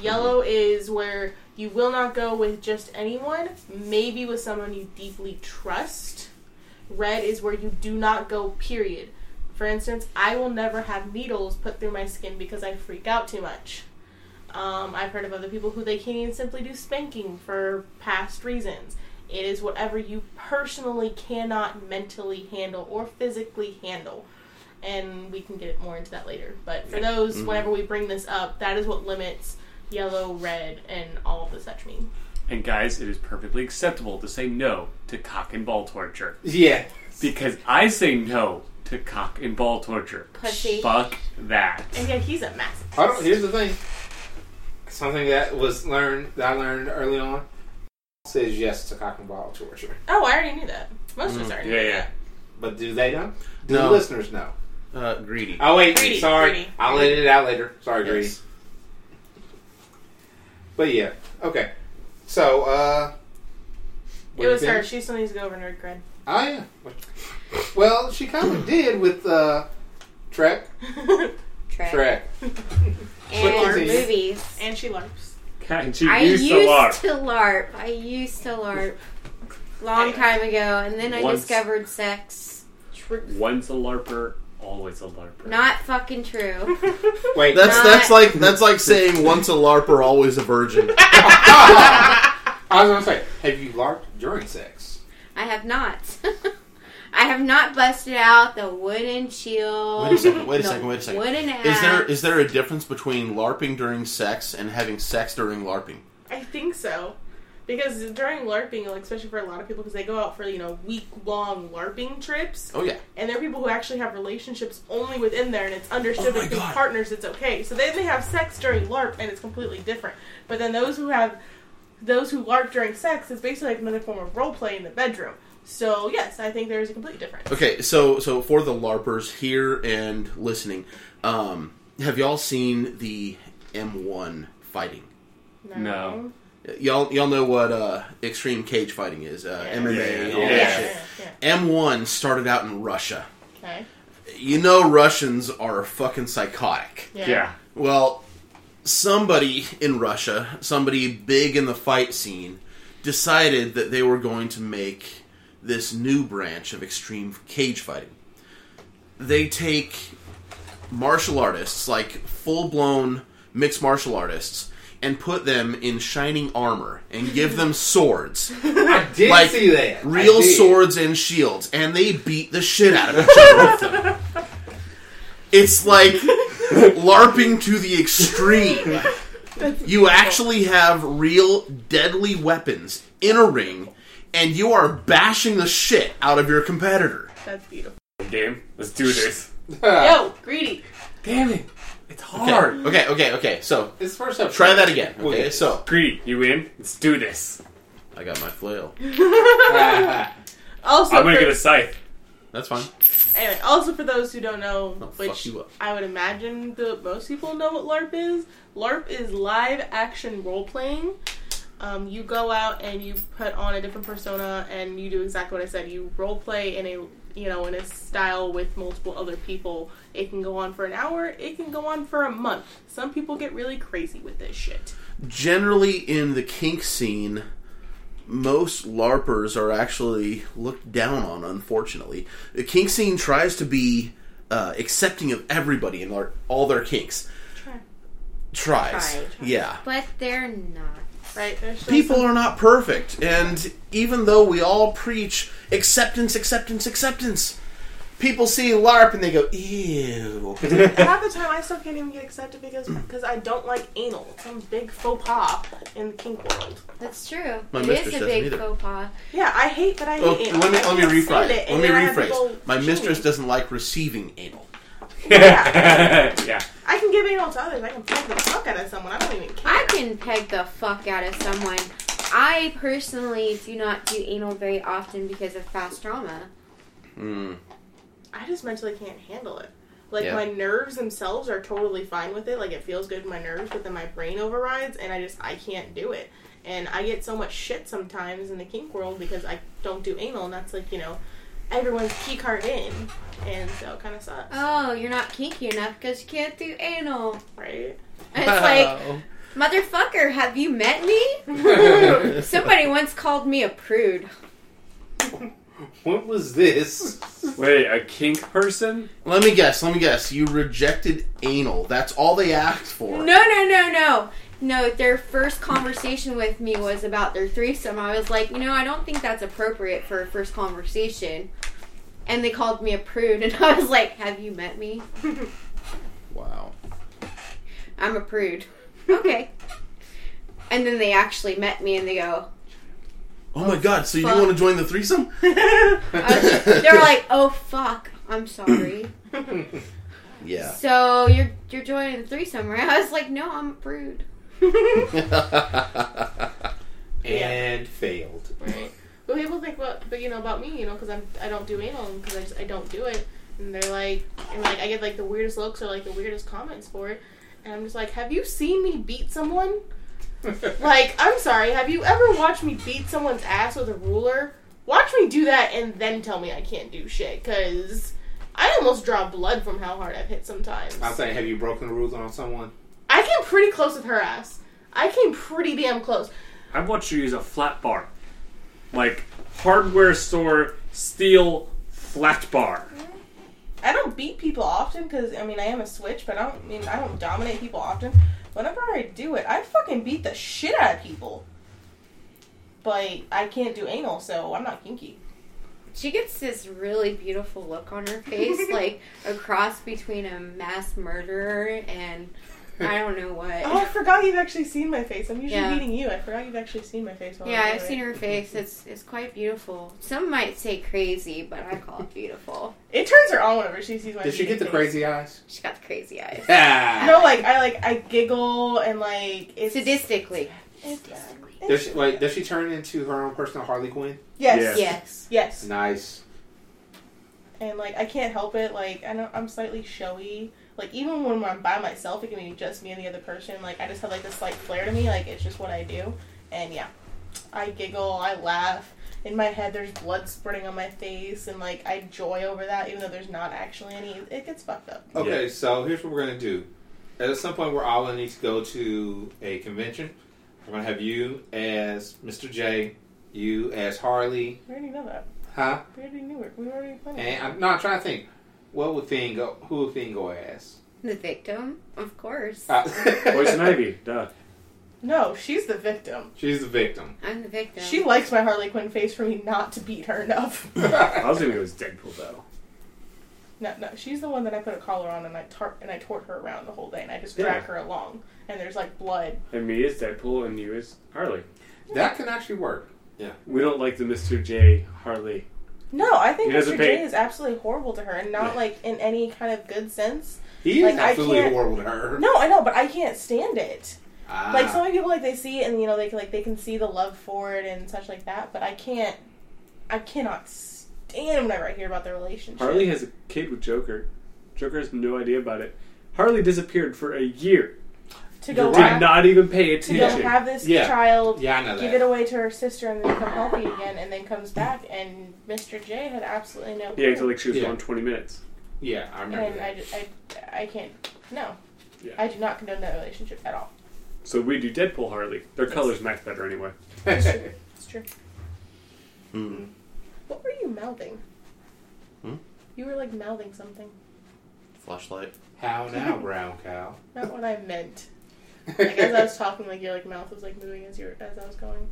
C: Yellow is where you will not go with just anyone, maybe with someone you deeply trust. Red is where you do not go, period. For instance, I will never have needles put through my skin because I freak out too much. Um, I've heard of other people who they can't even simply do spanking for past reasons. It is whatever you personally cannot mentally handle or physically handle. And we can get more into that later. But for those,
E: Mm-hmm.
C: whenever we bring this up, that is what limits yellow, red, and all of the such mean.
E: And guys, it is perfectly acceptable to say no to cock and ball torture.
F: Yeah.
E: Because I say no to cock and ball torture.
D: Pussy.
E: Fuck that.
C: And yet he's a massive.
F: I don't, here's the thing. Something that was learned that I learned early on says yes to cock and ball torture.
C: Oh, I already knew that. Most of us already
E: Mm-hmm. Yeah,
C: knew
E: yeah.
F: But do they know? Do
G: No.
F: the listeners know?
G: uh, greedy.
F: Oh wait,
C: Greedy,
F: sorry.
C: greedy.
F: I'll edit it out later. Sorry,
G: Yes.
F: Greedy. But yeah. Okay. So uh
C: that. It was her. She's still needs to go over nerd cred.
F: Oh yeah. Well, she kinda did with uh Trek.
D: Track.
F: Trek.
D: And
F: Pussy.
D: movies.
C: [LAUGHS] and she LARPs.
E: God, she
D: I
E: used
D: used
E: to LARP.
D: to LARP. I used to LARP. Long time ago, and then I
E: Once.
D: discovered sex.
E: Once a LARPer, always a LARPer.
D: Not fucking true.
F: Wait,
G: That's
D: Not-
G: that's like that's like saying once a LARPer, always a virgin.
F: I was gonna say, have you larped during sex?
D: I have not. [LAUGHS] I have not busted out the wooden shield.
G: Wait a second, wait a
D: the
G: second, wait a second.
D: Wooden axe.
G: Is there is there a difference between LARPing during sex and having sex during LARPing?
C: I think so. Because during LARPing, like, especially for a lot of people, because they go out for, you know, week long LARPing trips,
G: Oh yeah.
C: and there are people who actually have relationships only within there, and it's understood
G: Oh my
C: that with
G: God.
C: partners it's okay. So then they have sex during LARP, and it's completely different. But then those who have, those who LARP during sex is basically like another form of role play in the bedroom. So yes, I think there is a complete difference.
G: Okay, so so for the LARPers here and listening, um, have y'all seen the M1 fighting?
E: No.
G: Y'all y'all know what uh, extreme cage fighting is? Uh, MMA. And all
E: Yeah.
G: that
C: Yeah.
G: shit.
C: yeah, yeah.
G: M1 started out in Russia.
C: Okay.
G: You know Russians are fucking psychotic.
C: Yeah.
E: Yeah.
G: Well, somebody in Russia, somebody big in the fight scene, decided that they were going to make this new branch of extreme cage fighting. They take martial artists, like full blown mixed martial artists, and put them in shining armor and give them swords.
F: I did
G: Like,
F: see that. I
G: Real
F: did.
G: swords and shields, and they beat the shit out of each other with them. It's like LARPing to the extreme. You actually have real deadly weapons in a ring, and you are bashing the shit out of your competitor.
C: That's beautiful.
E: Game. Let's do this.
C: Yo, greedy.
E: Damn it. It's
G: Okay,
E: hard.
G: okay, okay. okay. So
F: It's first up.
G: try
F: [LAUGHS]
G: that again.
F: We'll
G: Okay,
F: get-
G: so
E: Greedy, you in? Let's do this.
G: I got my flail.
C: Also,
E: I'm gonna
C: for-
E: get a scythe.
G: That's fine.
C: Anyway, also for those who don't know,
G: I'll fuck
C: which
G: you up.
C: I would imagine the most people know what LARP is. LARP is live action role playing. Um, you go out and you put on a different persona, and you do exactly what I said. You role play in a you know in a style with multiple other people. It can go on for an hour. It can go on for a month. Some people get really crazy with this shit.
G: generally in the kink scene, most LARPers are actually looked down on, unfortunately. The kink scene tries to be uh, accepting of everybody and lar- all their kinks.
C: Try.
G: Tries.
D: Try.
G: Yeah.
D: But they're not.
C: Right? There's just
G: People
C: some-
G: are not perfect, and even though we all preach acceptance, acceptance, acceptance, people see LARP and they go, [LAUGHS] ew.
C: half the time I still can't even get accepted because because I don't like anal. It's some big faux pas in the kink world.
D: That's true.
G: My
D: it
G: mistress
D: is a
G: doesn't
D: big
G: either.
D: faux pas.
C: Yeah, I hate that I hate
G: Oh,
C: anal.
G: let me
C: I [LAUGHS]
G: let me
C: can't
G: rephrase.
C: stand it,
G: Let
C: and
G: me
C: then I have to
G: rephrase.
C: go
G: My
C: cheat.
G: mistress doesn't like receiving anal.
C: Yeah.
E: [LAUGHS] yeah.
C: I can give anal to others. I can fuck the fuck out of someone. I don't even care.
D: I can peg the fuck out of someone. I personally do not do anal very often because of past trauma.
G: Mm.
C: I just mentally can't handle it. Like
G: Yeah.
C: my nerves themselves are totally fine with it. Like it feels good in my nerves, but then my brain overrides, and I just I can't do it. And I get so much shit sometimes in the kink world because I don't do anal, and that's like you know everyone's key card in, and so it kind of sucks,
D: Oh, you're not kinky enough because you can't do anal.
C: right?
D: And it's like, motherfucker, have you met me? Somebody once called me a prude.
F: What
G: [LAUGHS]
F: was this?
E: Wait, a kink person?
G: Let me guess. Let me guess. You rejected anal. That's all they asked for.
D: No, no, no, no. No, their first conversation with me was about their threesome. I was like, you know, I don't think that's appropriate for a first conversation. And they called me a prude, [LAUGHS] and I was like, have you met me?
G: Wow.
D: I'm a prude. Okay. and then they actually met me and they go,
G: Oh my god. So you
D: Fuck.
G: want to join the threesome?
D: I was- they're like, oh fuck, I'm sorry.
G: [LAUGHS] Yeah.
D: So you're you're joining the threesome, right? I was like, no, I'm a prude.
F: and failed.
C: Right. But people think, well, but you know about me, you know, because I'm I don't do anal because I just I don't do it, and they're like, and like I get like the weirdest looks or like the weirdest comments for it, and I'm just like, have you seen me beat someone? like I'm sorry, have you ever watched me beat someone's ass with a ruler? Watch me do that and then tell me I can't do shit because. I almost draw blood from how hard I've hit sometimes.
F: I'm saying, have you broken the rules on someone?
C: I came pretty close with her ass. I came pretty damn close.
E: I've watched you use a flat bar. Like, hardware store, steel, flat bar.
C: I don't beat people often because I mean I am a switch, but I don't I mean I don't dominate people often. Whenever I do it, I fucking beat the shit out of people. But I can't do anal, so I'm not kinky.
D: She gets this really beautiful look on her
G: [LAUGHS]
D: face, like a cross between a mass murderer and I don't know what.
C: Oh, I forgot you've actually seen my face. I'm usually
D: Yeah.
C: meeting you. I forgot you've actually seen my face. while
D: Yeah,
C: I'm
D: I've
C: doing
D: seen
C: it.
D: her face. It's it's quite beautiful. Some might say crazy, but I call it beautiful.
C: It turns her on whenever she sees my.
F: Did she
C: face.
F: get the crazy eyes?
D: She's got the crazy eyes.
C: [LAUGHS]
F: Yeah.
C: No, like I like I giggle and like it's
D: Sadistically,
C: It's,
F: [LAUGHS] Does she, wait, does she turn into her own personal Harley Quinn?
C: yes,
D: yes.
C: yes,
F: Nice.
C: and like I can't help it. Like I know I'm slightly showy. Like even when I'm by myself, it can be just me and the other person. Like I just have like this like flair to me. Like it's just what I do. And yeah, I giggle, I laugh. In my head, there's blood spurting on my face, and like I joy over that, even though there's not actually any. It gets fucked up.
F: Okay, so here's what we're gonna do. At some point, we're all gonna need to go to a convention. We're gonna have you as Mr. J, you as Harley,
C: We already know that.
F: huh?
C: We already knew it. We already planned it.
F: And I'm not trying to think. What would Finn go? Who would Finn go as?
D: The victim, of course.
F: Uh, [LAUGHS]
E: Poison Ivy, duh.
C: No, she's the victim.
F: She's the [LAUGHS] victim.
D: I'm the victim.
C: She likes my Harley Quinn face for me not to beat her enough.
E: I was gonna go as Deadpool though.
C: No, no, she's the one that I put a collar on and I tar- and I tort her around the whole day and I just
E: Yeah.
C: drag her along and there's like blood.
E: And me is Deadpool, and you is Harley.
F: That can actually work.
E: We don't like the Mister J Harley.
C: No, I think
E: He doesn't
C: Mr.
E: pay-
C: J is absolutely horrible to her and not like in any kind of good sense.
F: He
C: Like,
F: is
C: I
F: absolutely
C: can't-
F: horrible to her.
C: No, I know, but I can't stand it.
F: Ah.
C: Like so many people like they see it and you know they can- like they can see the love for it and such like that, but I can't. I cannot stand whenever I hear about their relationship.
E: Harley has a kid with Joker. Joker has no idea about it. Harley disappeared for a year.
C: to go
E: Did
C: have,
E: not even pay
C: to go
E: attention.
C: have this
F: Yeah.
C: child
F: yeah, I know
C: give
F: that.
C: it away to her sister and then become healthy again and then comes back and Mr. J had absolutely no
E: Yeah,
C: clue.
E: until like she was
F: Yeah.
E: gone twenty minutes.
F: Yeah, I remember
C: and
F: that.
C: I, just, I, I can't no
E: Yeah.
C: I do not condone that relationship at all
E: So we do Deadpool Harley. Their colors match better anyway.
C: it's true
G: Hmm.
C: what were you mouthing
G: Hmm?
C: you were like mouthing something
G: Flashlight.
F: [LAUGHS] How now, brown cow? [LAUGHS]
C: not what I meant like as I was talking like your like mouth was like moving as you were, as I was going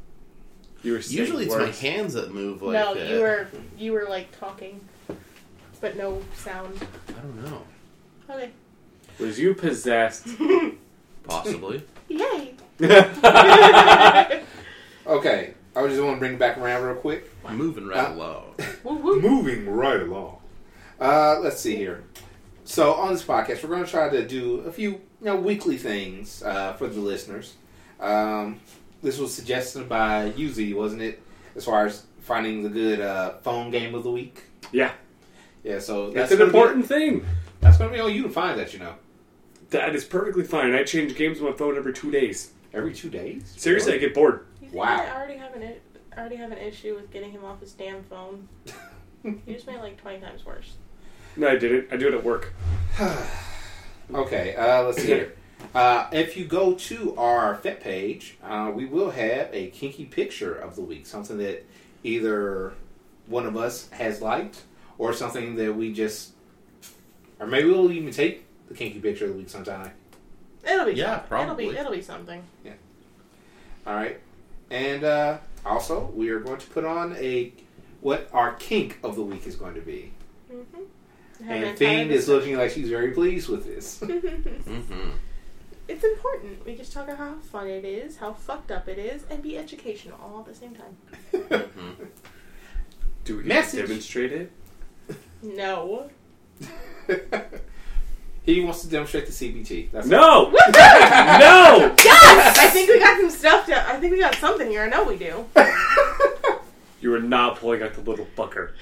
E: You were saying
G: Usually it's my
E: words.
G: hands that move like
C: no
G: that.
C: you were you were like talking but no sound
G: I don't know.
C: okay
E: Was you possessed? [LAUGHS]
G: Possibly. [LAUGHS]
C: yay [LAUGHS]
F: okay, I just want to bring it back around real quick.
G: Moving right along.
C: woo woo
F: Moving right along. Uh, let's see here. So on this podcast, we're going to try to do a few, you know, weekly things uh, for the listeners. Um, this was suggested by Yuzi, wasn't it? As far as finding the good uh, phone game of the week.
E: Yeah.
F: Yeah. So
E: That's
F: that's
E: an
F: gonna be-
E: important thing.
F: that's going to be on you to find that. You know,
E: That is perfectly fine. I change games on my phone every two days.
F: every two days.
E: Seriously, I get bored.
C: you think
F: Wow.
C: I already have an i- I already have an issue with getting him off his damn phone you just made it like 20 times worse
E: No, I didn't. I do it at work.
F: [SIGHS] Okay, uh, let's see here. Uh, if you go to our FET page, uh, we will have a kinky picture of the week, something that either one of us has liked or something that we just, or maybe we'll even take the kinky picture of the week sometime.
C: It'll be
G: Yeah,
C: something.
G: probably.
C: It'll be it'll be something.
F: All right, and uh, also we are going to put on a what our kink of the week is going to be. and Fiend is looking like she's very pleased with this.
G: mm-hmm.
C: It's important. We just talk about how fun it is, how fucked up it is, and be educational all at the same time.
E: Do we get to
F: Message.
E: demonstrate it?
C: No.
F: he wants to demonstrate the CBT. That's
E: No! [LAUGHS] no!
C: Yes! [LAUGHS] I think we got some stuff down. I think we got something here. I know we do.
E: You are not pulling out the little fucker.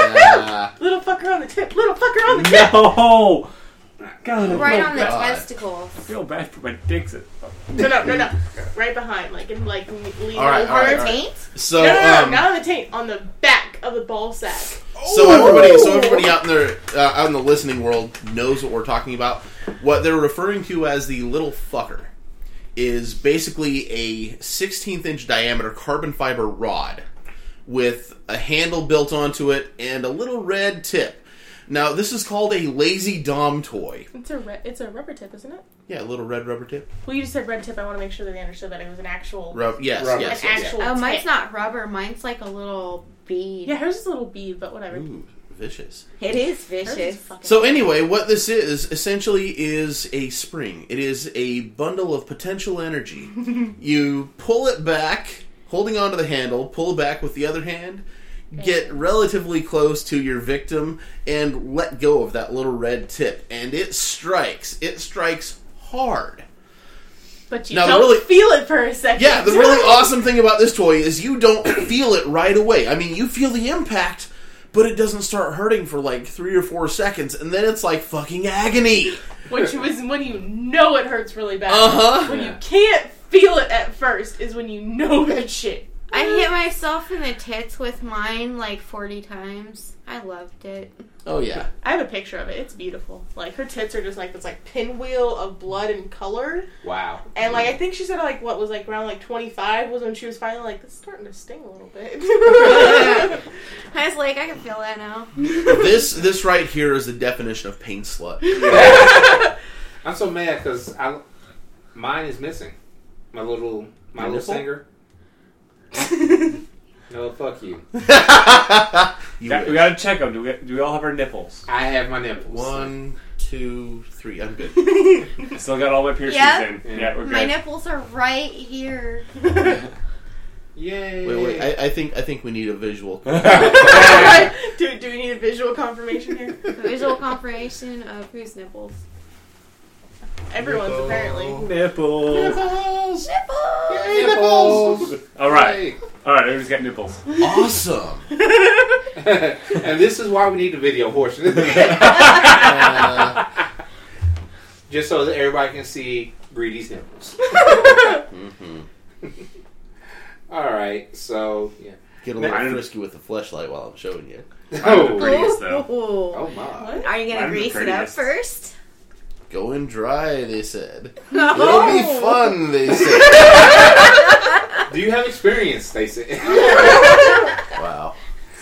G: Uh,
C: Little fucker on the tip. Little fucker on the tip.
E: No! God, I
D: right
E: feel
D: on the
G: Oh God.
D: testicles.
E: I feel bad for my dicks.
C: No, no,
G: [LAUGHS]
C: no, no. Right behind, like and like lean over.
G: All right, all right, all right.
D: Taint?
G: so
C: No, no, no,
G: um,
C: not on the taint. On the back of the ball sack.
G: So everybody, so everybody out in the uh, out in the listening world knows what we're talking about. What they're referring to as the little fucker is basically a 16th inch diameter carbon fiber rod with a handle built onto it and a little red tip. Now, this is called a lazy Dom toy.
C: It's a re- it's a rubber tip, isn't it?
G: Yeah, a little red rubber tip.
C: Well, you just said red tip. I want to make sure that they understood that it was an actual
G: Rub- yes,
F: Rubber.
C: an
G: yes, yes.
C: actual.
D: Oh, mine's
C: tip.
D: not rubber. Mine's like a little bead.
C: Yeah, hers is a little bead, but whatever.
G: Ooh, vicious.
D: It is
C: Hers is
D: vicious.
C: fucking-
G: So anyway, what this is essentially is a spring. It is a bundle of potential energy. you pull it back, holding onto the handle, pull back with the other hand, get relatively close to your victim and let go of that little red tip and it strikes. It strikes hard.
C: but you
G: Now, the
C: don't
G: really-
C: feel it for a second.
G: Yeah, the
C: [LAUGHS]
G: really awesome thing about this toy is you don't [COUGHS] feel it right away. I mean, you feel the impact, but it doesn't start hurting for like 3 or 4 seconds and then it's like fucking agony.
C: Which was when you know it hurts really bad.
G: Uh-huh.
C: When you can't feel it at first is when you know [LAUGHS] that shit.
D: I hit myself in the tits with mine like 40 times. I loved it. [LAUGHS]
G: Oh yeah.
C: I have a picture of it. It's beautiful. Like her tits are just like this like pinwheel of blood and color.
F: [LAUGHS] Wow.
C: And like I think she said like what was like around like 25 was when she was finally like this is starting to sting a little bit. [LAUGHS]
D: I was like, I can feel that now.
G: this this right here is the definition of pain slut.
F: I'm so mad because I mine is missing. My little my
G: Your
F: little
G: nipple?
F: finger.
G: [LAUGHS]
F: No, fuck you.
G: You
E: Got- we
G: win.
E: gotta check them. Do we, do we all have our nipples?
F: I have my nipples.
G: One, two, three. I'm good.
E: Still got all my piercings
D: Yeah.
E: in.
F: Yeah.
E: Yeah, we're good.
D: My nipples are right here.
F: Yay!
G: Wait, wait. I, I think I think we need a
E: [LAUGHS]
G: visual.
C: do, do we need a visual confirmation here?
G: [LAUGHS]
D: Visual confirmation of whose nipples.
C: Everyone's apparently.
E: [LAUGHS]
C: [LAUGHS]
E: nipples.
G: Nipples.
F: Yay, nipples.
E: All right, all right. Everybody's got nipples.
G: Awesome.
F: [LAUGHS] and this is why we need the
G: [LAUGHS]
F: video portion,
G: Uh,
F: [LAUGHS] just so that everybody can see Greedy's nipples.
G: mhm.
F: All right, so yeah.
G: Get a little frisky with the fleshlight while I'm showing you.
E: I'm the
F: Oh,
E: prettiest though.
F: [LAUGHS] oh my!
D: Are you gonna
E: Mine are the
D: grease it up
E: prettiest.
D: first?
G: Going dry, they said.
D: No.
G: It'll be fun, they said.
F: Do you have experience, Stacy?
G: [LAUGHS] Wow.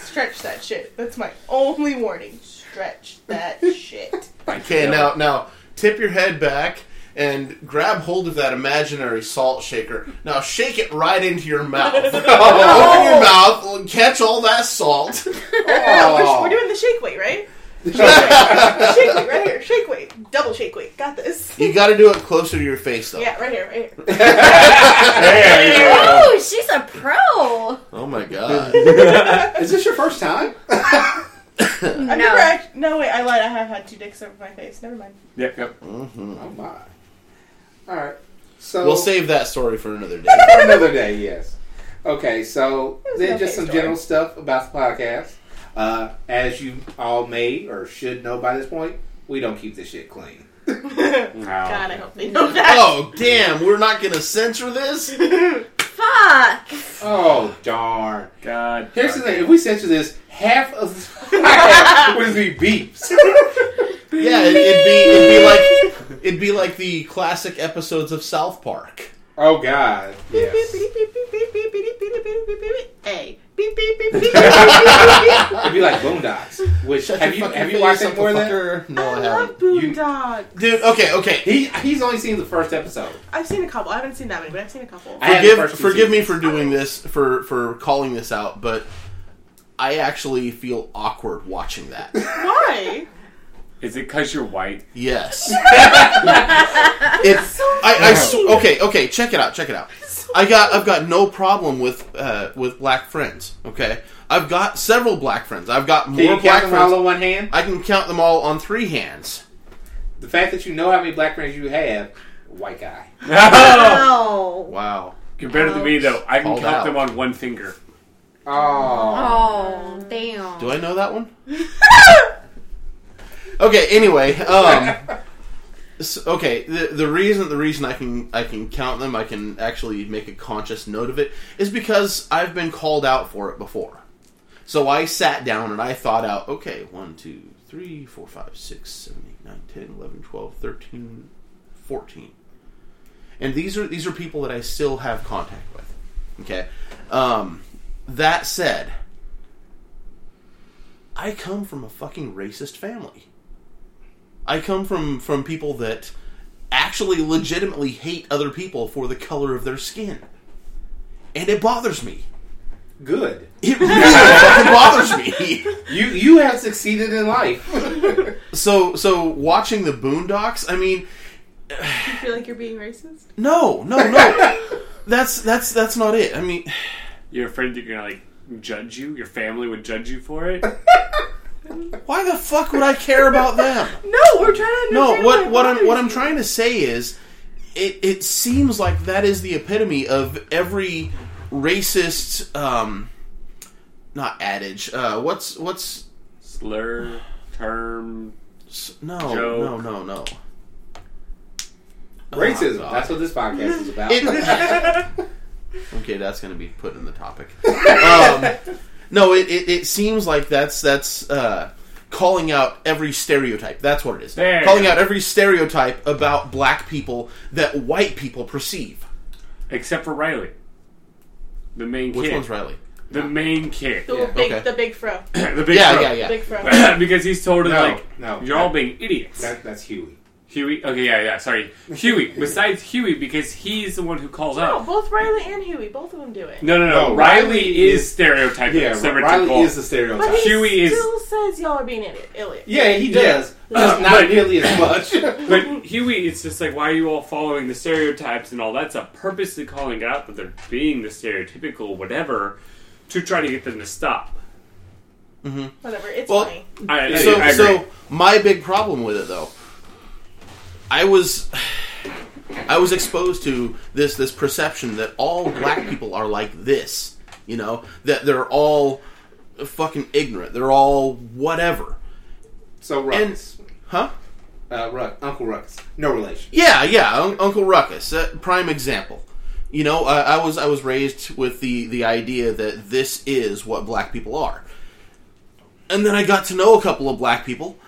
C: Stretch that shit. That's my only warning. Stretch that shit.
G: Okay, now now tip your head back and grab hold of that imaginary salt shaker. Now shake it right into your mouth. Open your mouth, l- catch all that salt.
C: No, Oh, we're,
F: Oh.
C: we're
G: Oh.
F: [LAUGHS]
C: doing the shake weight, right? Shake weight right here. Shake weight. Double shake weight. Got
G: [LAUGHS]
C: this.
G: You got to do it closer to your face, though.
C: [LAUGHS] Yeah, right here, right here.
E: There
D: Oh, she's a pro.
G: Oh my god.
E: you go.
F: is this your first time?
C: I
D: No.
C: never act- no, wait, I lied. I have had two dicks over my face. Never mind.
E: yep, yep.
G: Mhm.
F: Oh my! All right, so
G: We'll save that story for another day. [LAUGHS]
F: for another day. Yes. Okay, so
C: It was
F: then
C: an
F: just
C: okay
F: some
C: story.
F: general stuff about the podcast. Uh, as you all may or should know by this point, we don't keep this shit clean.
C: God, I hope they know
G: [LAUGHS]
C: [LAUGHS] that.
G: Oh damn, we're not gonna censor this.
D: Fuck.
F: Oh darn!
E: God.
F: Here's the thing: if we censor this, half of
G: [LAUGHS]
F: this podcast would just be beeps.
G: Yeah, it, it'd be it'd be like it'd be like the classic episodes of South Park.
F: Oh god! Yes.
C: Beep, beep, beep, beep, beep, beep, beep, beep, beep, beep, beep, beep. Hey. Beep, beep, beep, beep, beep, beep, beep, beep.
F: [LAUGHS] It'd be like Boondocks. Which
G: Shut
F: have
G: your
F: you
G: fucking
F: have you
G: face,
F: watched any more of that?
G: motherfucker. No,
C: I
G: I
C: love
G: haven't.
C: Boondog.
G: Dude, okay, okay.
F: He he's only seen the first episode.
C: I've seen a couple. I haven't seen that many, but I've seen a couple.
F: I had the
G: forgive
F: first two
G: forgive me
F: seasons.
G: for doing this for for calling this out, but I actually feel awkward watching that.
C: Why?
E: Is it because
G: [LAUGHS]
E: you're white? [LAUGHS]
G: Yes. it's I, I s- okay okay check it out check it out. I got I've got no problem with uh, with black friends. Okay, I've got several black friends. I've got
F: Can you
G: more
F: count
G: black
F: them all
G: friends.
F: on one hand?
G: I can count them all on three hands.
F: The fact that you know how many black friends you have, white guy.
D: Oh.
G: Wow.
E: Compared to me though, I can
G: Called
E: count
G: out.
E: them on one finger.
F: Oh,
D: Oh, damn.
G: Do I know that one? [LAUGHS] okay. Anyway, um, s- okay. The the reason the reason I can I can count them, I can actually make a conscious note of it, is because I've been called out for it before. So I sat down and I thought out. Okay, one, two, three, four, five, six, seven, eight, nine, ten, eleven, twelve, thirteen, fourteen. And these are these are people that I still have contact with. Okay. Um, that said, I come from a fucking racist family. I come from from people that actually legitimately hate other people for the color of their skin. And it bothers me.
F: Good.
G: It really fucking bothers me.
F: You you have succeeded in [LAUGHS] life.
G: So so watching the Boondocks, I mean,
C: You [LAUGHS] feel like you're being racist?
G: no, no, no. That's that's that's not it. I mean,
E: You're afraid that you're gonna like judge you. Your family would judge you for
F: [LAUGHS]
E: it.
G: why the fuck would I care about them?
C: No, we're trying to
G: No,
C: understand
G: what
C: why
G: what
C: it
G: I'm what
C: bothers
G: I'm
C: you.
G: trying to say is, it it seems like that is the epitome of every racist, um, not adage. Uh, what's what's
E: Slur, term.
G: s- no
E: Joke.
G: no no no. Oh
F: Racism.
G: God.
F: That's what this podcast is about.
G: It- [LAUGHS] okay, that's going to be put in the topic. Um, no, it, it it seems like that's that's uh, calling out every stereotype. That's what it is.
E: There.
G: Calling out every stereotype about black people that white people perceive.
E: Except for Riley, the main
G: Which
E: kid.
G: one's Riley?
E: The main kid.
C: The,
F: Yeah,
C: big,
G: okay.
C: the big fro.
E: [COUGHS] the big
G: yeah,
E: fro.
G: yeah, yeah,
C: Big fro.
E: [COUGHS] because he's totally
F: No,
E: like,
F: no.
E: you're all being idiots.
F: that, that's Huey.
E: Huey. Okay, yeah, yeah. Sorry, Huey. Besides Huey, because he's the one who calls
C: No,
E: out.
C: both Riley and Huey, both of them do it.
E: No, no, no.
F: No,
E: Riley,
F: Riley
E: is,
F: is-
E: stereotyping.
F: Yeah,
E: similar to
F: Riley
E: Paul.
F: is the stereotype.
C: But he
E: Huey is-
C: still says y'all are being idi- idiots.
F: [LAUGHS] yeah, he does. [CLEARS THROAT] [LAUGHS] Just not
E: But-
F: nearly as [LAUGHS] much.
E: But Huey, it's just like, why are you all following the stereotypes and all that stuff? Purposely calling out that they're being the stereotypical whatever to try to get them to stop.
C: Whatever, it's
G: Well-
C: funny.
E: I, I-
G: So,
E: I agree.
G: so my big problem with it though, I was, I was exposed to this this perception that all black people are like this. You know that they're all fucking ignorant. They're all whatever.
F: so Ruckus.
G: Huh?
F: uh, Ruck, Uncle Ruckus. No relation.
G: Yeah, yeah. Un- Uncle Ruckus, uh, prime example. You know, I, I was I was raised with the the idea that this is what black people are, and then I got to know a couple of black people,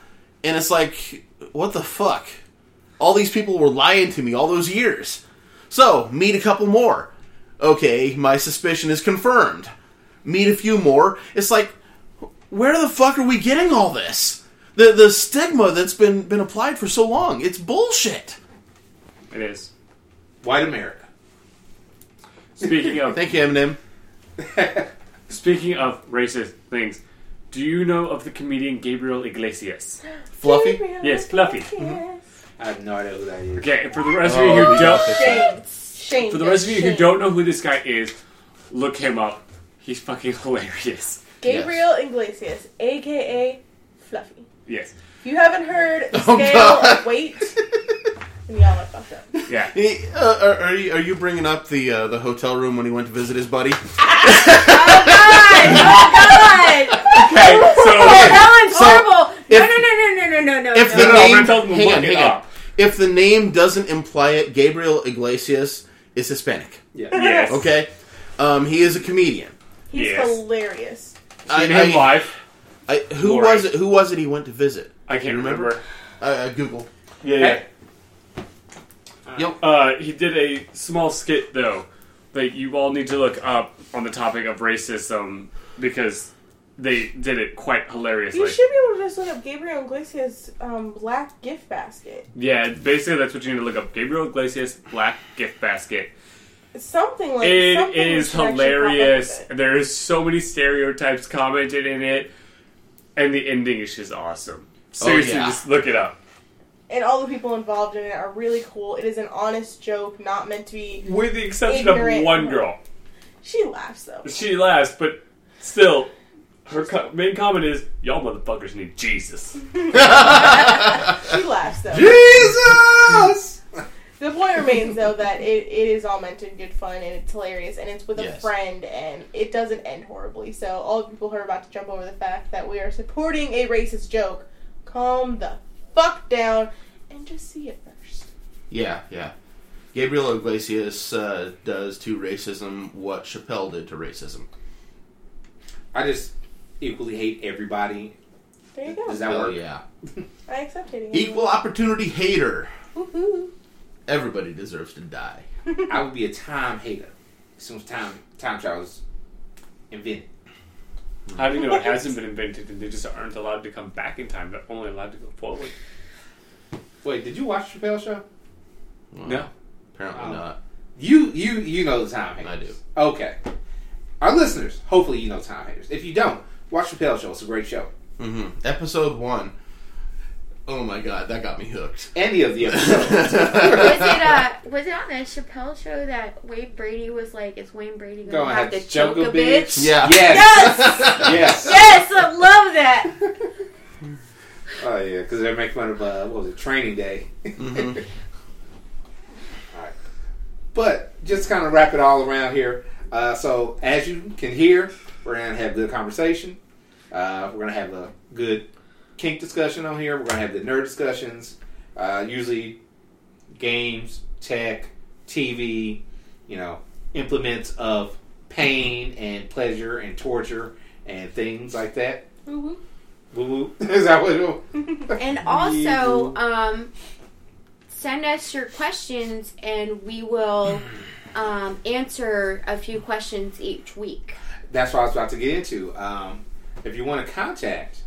G: and it's like, what the fuck? All these people were lying to me all those years. So meet a couple more. Okay, my suspicion is confirmed. Meet a few more. It's like, where the fuck are we getting all this? The the stigma that's been been applied for so long, it's bullshit.
E: it is.
F: White America.
E: Speaking of
G: Thank you, Eminem.
E: speaking of racist things, do you know of the comedian Gabriel Iglesias?
G: Fluffy.
E: Yes, Fluffy.
F: I have no idea who that is.
E: Okay, and for the rest of you
C: Oh,
E: who don't,
C: Shame.
G: Mm-hmm.
C: Shame.
E: for the rest of you who
C: Shame.
E: don't know who this guy is, look him up. He's fucking hilarious.
C: Gabriel Iglesias, aka Fluffy.
E: Yes.
C: If you haven't heard the
G: Oh,
C: scale
G: God.
C: of weight,
G: [LAUGHS]
C: then y'all are fucked up.
E: Yeah.
G: Hey, uh, are, are you, are you bringing up the uh, the hotel room when he went to visit his buddy?
D: Oh God!
E: Okay,
G: [LAUGHS]
E: so
D: Oh, that one's
G: So,
C: oh,
D: horrible.
G: if-
D: no, no, no, no, no, no, no.
G: If
D: no.
G: the
E: no, no, I'm
G: name,
E: gonna tell them to
G: hang
E: look
G: on,
E: it
G: hang on.
E: up.
G: If the name doesn't imply it, Gabriel Iglesias is Hispanic.
F: Yeah.
E: yes.
G: Okay, um, he is a comedian.
C: He's
E: Yes.
C: hilarious.
G: I,
E: Seen him
G: I-
E: live.
G: I- who
E: Lori.
G: was it? Who was it? He went to visit.
E: I can't remember.
G: Uh, Google.
E: Yeah.
F: Hey.
G: Yep.
E: Uh, he did a small skit though that you all need to look up on the topic of racism because they did it quite hilariously.
C: You should be able to just look up Gabriel Iglesias' um, black gift basket.
E: Yeah, basically that's what you need to look up. Gabriel Iglesias Black Gift Basket.
C: It's something like
E: It
C: something
E: is
C: should actually pop up
E: hilarious.
C: with it.
E: There is so many stereotypes commented in it, and the ending is just awesome. Seriously,
G: yeah.
E: just look it up.
C: And all the people involved in it are really cool. It is an honest joke, not meant to be.
E: With the exception of
C: Ignorant.
E: one girl,
C: She laughs though.
E: she laughs, but still, her co- main comment is, "Y'all motherfuckers need Jesus."
C: She laughs though.
F: [LAUGHS] Jesus!
C: The point remains though that it, it is all meant in good fun and it's hilarious and it's with a
G: Yes.
C: friend and it doesn't end horribly. So all the people who are about to jump over the fact that we are supporting a racist joke, calm the fuck down and just see it first.
G: Yeah, yeah. Gabriel Iglesias uh, does to racism what Chappelle did to racism.
F: I just equally hate everybody.
C: There you
F: Does
C: go.
F: that
G: Hell
F: work?
G: yeah.
C: I accept hating.
G: Equal opportunity hater.
C: Woohoo.
G: Everybody deserves to die.
F: I would be a time hater as soon as time time travel was invented.
E: How do you know it hasn't been invented and they just aren't allowed to come back in time? They're only allowed to go forward.
F: Wait, did you watch Chappelle's show?
G: Well,
E: No.
G: Apparently
F: Oh.
G: not.
F: You you you know the Tom Haters.
G: I do.
F: Okay. Our listeners, hopefully you know Tom Haters. If you don't, watch Chappelle's show. It's a great show.
G: hmm Episode one. Oh my god, that got me hooked.
F: Any of
G: [LAUGHS]
F: the episodes.
D: [LAUGHS] was it uh was it on the Chappelle show that Wayne Brady was like, is Wayne Brady gonna
F: Go
D: have
F: ahead,
D: to choke a bitch?
G: Yeah.
F: Yes. [LAUGHS] Yes.
D: Yes, I love that.
F: [LAUGHS] Oh yeah, because they make fun of uh, what was it, Training Day.
G: Mhm.
F: Alright. But just kind of wrap it all around here. Uh, so as you can hear, we're gonna have good conversation. Uh, we're gonna have a good kink discussion on here. We're gonna have the nerd discussions. Uh, usually, games, tech, TV, you know, implements of pain and pleasure and torture and things like that. Woo woo. [LAUGHS] Is that what? it was?
D: And also, um, send us your questions and we will um, answer a few questions each week.
F: that's what I was about to get into. Um, if you want to contact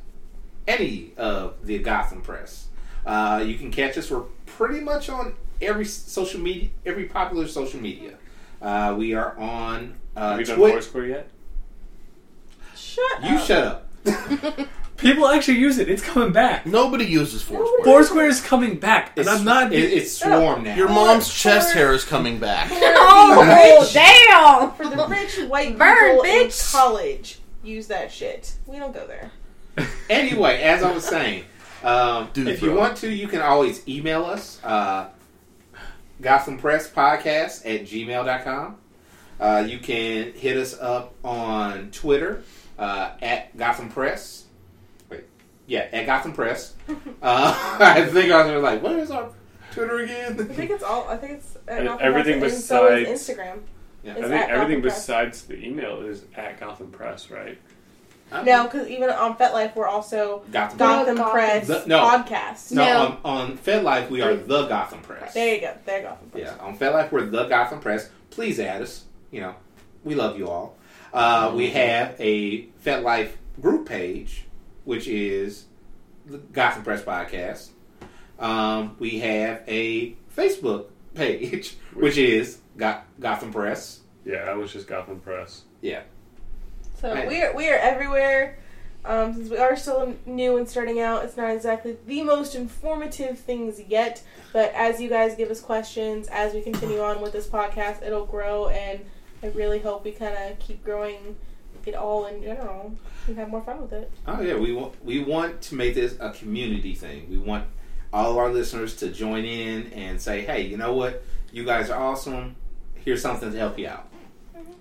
F: any of the Gotham Press, uh, you can catch us. We're pretty much on every social media, every popular social media. Uh, we are on uh,
E: Have you done
F: Twitter.
E: Foursquare yet?
C: Shut
F: You
C: up. [LAUGHS]
F: shut up.
E: People actually use it. It's coming back.
G: Nobody uses Foursquare.
E: Foursquare is coming back, and
F: It's-
E: I'm not.
F: It, it's swarm now.
G: Your mom's chest hair is coming back.
D: Oh, damn!
C: For the rich white
D: Burn,
C: people in
D: bitch.
C: college, use that shit. We don't go there.
F: anyway, as I was saying, um,
G: Dude,
F: if you
G: bro.
F: want to, you can always email us uh, Gotham Press Podcast at gmail.com. Uh, you can hit us up on Twitter uh, at Gotham Press. Wait, yeah, at
C: [LAUGHS]
F: Gotham Press. Uh, [LAUGHS] I think I was like, what is our Twitter
C: I
F: again?
C: think it's all. I think it's
E: And
C: and
E: everything
C: and so is
E: besides-
C: Instagram.
F: Yeah.
E: I
C: It's
E: think
C: at
E: everything
C: Gotham Press.
E: besides the email is at Gotham Press, right?
C: No, because even on FetLife, we're also
F: Gotham Press.
C: Gotham
D: Gotham.
C: Press
F: The- no.
C: podcast.
F: No,
D: No.
F: on, on FedLife, we are the Gotham Press.
C: There you go. There Gotham Press.
F: Yeah, on FetLife, we're the Gotham Press. Please add us. You know, we love you all. Uh, we have a FetLife group page, which is the Gotham Press Podcast. Um, we have a Facebook page, [LAUGHS] which is Go- Gotham Press.
E: Yeah, I was just Gotham Press.
C: So
F: Right.
C: we are we are everywhere. Um, since we are still new and starting out, it's not exactly the most informative things yet. But as you guys give us questions, as we continue on with this podcast, it'll grow, and I really hope we kind of keep growing it all in general and have more fun with
G: [LAUGHS]
C: it. [LAUGHS]
F: Oh yeah, we want we want to make this a community thing. We want all our listeners to join in and say, "Hey, you know what? You guys are awesome. Here's something to help you out."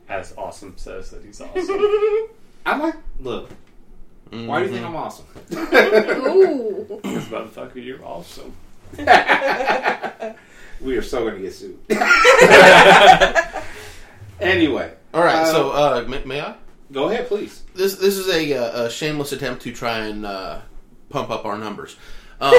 E: As Awesome says that he's [LAUGHS] awesome.
F: I like look. Why do you think
G: Mhm.
F: I'm awesome?
D: Ooh.
E: Because motherfucker, you're awesome.
F: we are so going to
C: [LAUGHS]
F: get sued. anyway,
G: All right,
F: Uh,
G: so uh, may, may I?
F: go ahead, please.
G: This this is a, uh, a shameless attempt to try and uh, pump up our numbers.
F: [LAUGHS]
G: Um,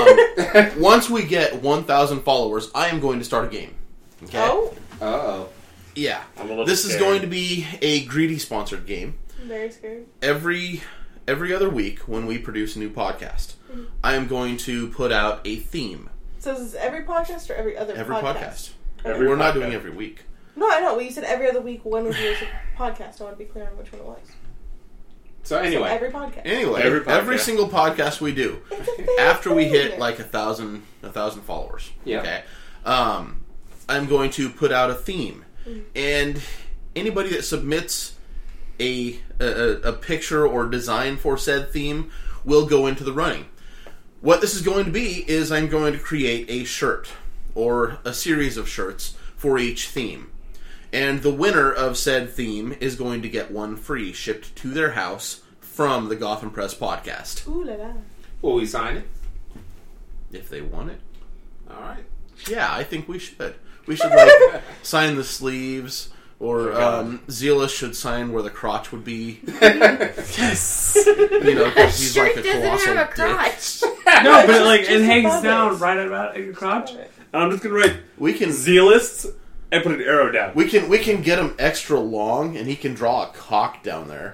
G: once we get 1,000 followers, I am going to start a game. Okay.
C: Oh,
F: Oh,
G: Yeah.
E: I'm a little
G: This is
E: scared.
G: going to be a greedy sponsored game.
C: I'm very scared.
G: every every other week when we produce a new podcast, I am going to put out a theme
C: So is this every podcast or every other
G: every podcast.
E: Every
G: We're not
E: podcast.
G: doing every week.
C: No, I know. Well, you said every other week one was your podcast. I want to be clear on which one it was. So
F: so anyway,
C: every podcast.
G: Anyway,
E: Every
G: every,
E: podcast.
G: single podcast we do
C: It's a big
G: after we hit
C: thing.
G: like a thousand a thousand followers.
F: Yeah.
G: Okay. Um, I'm going to put out a theme, and anybody that submits a, a a picture or design for said theme will go into the running. What this is going to be is I'm going to create a shirt or a series of shirts for each theme. And the winner of said theme is going to get one free shipped to their house from the Gotham Press podcast
C: Ooh la la.
F: will we sign it?
G: if they want it.
F: All right.
G: Yeah, I think we should. We should like sign the sleeves, or um, Zila should sign where the crotch would be.
E: [LAUGHS] Yes.
G: You know, because he's
D: Shirt
G: like a
D: doesn't
G: colossal
D: have a
G: dick.
D: crotch.
E: no, but like it
C: Just
E: hangs
C: above
E: down
C: it.
E: right about at your crotch.
C: Love
E: And
C: it.
E: I'm just gonna write
G: [LAUGHS] We can
E: zealists and put an arrow down.
G: we can we can get him extra long, and he can draw a cock down there.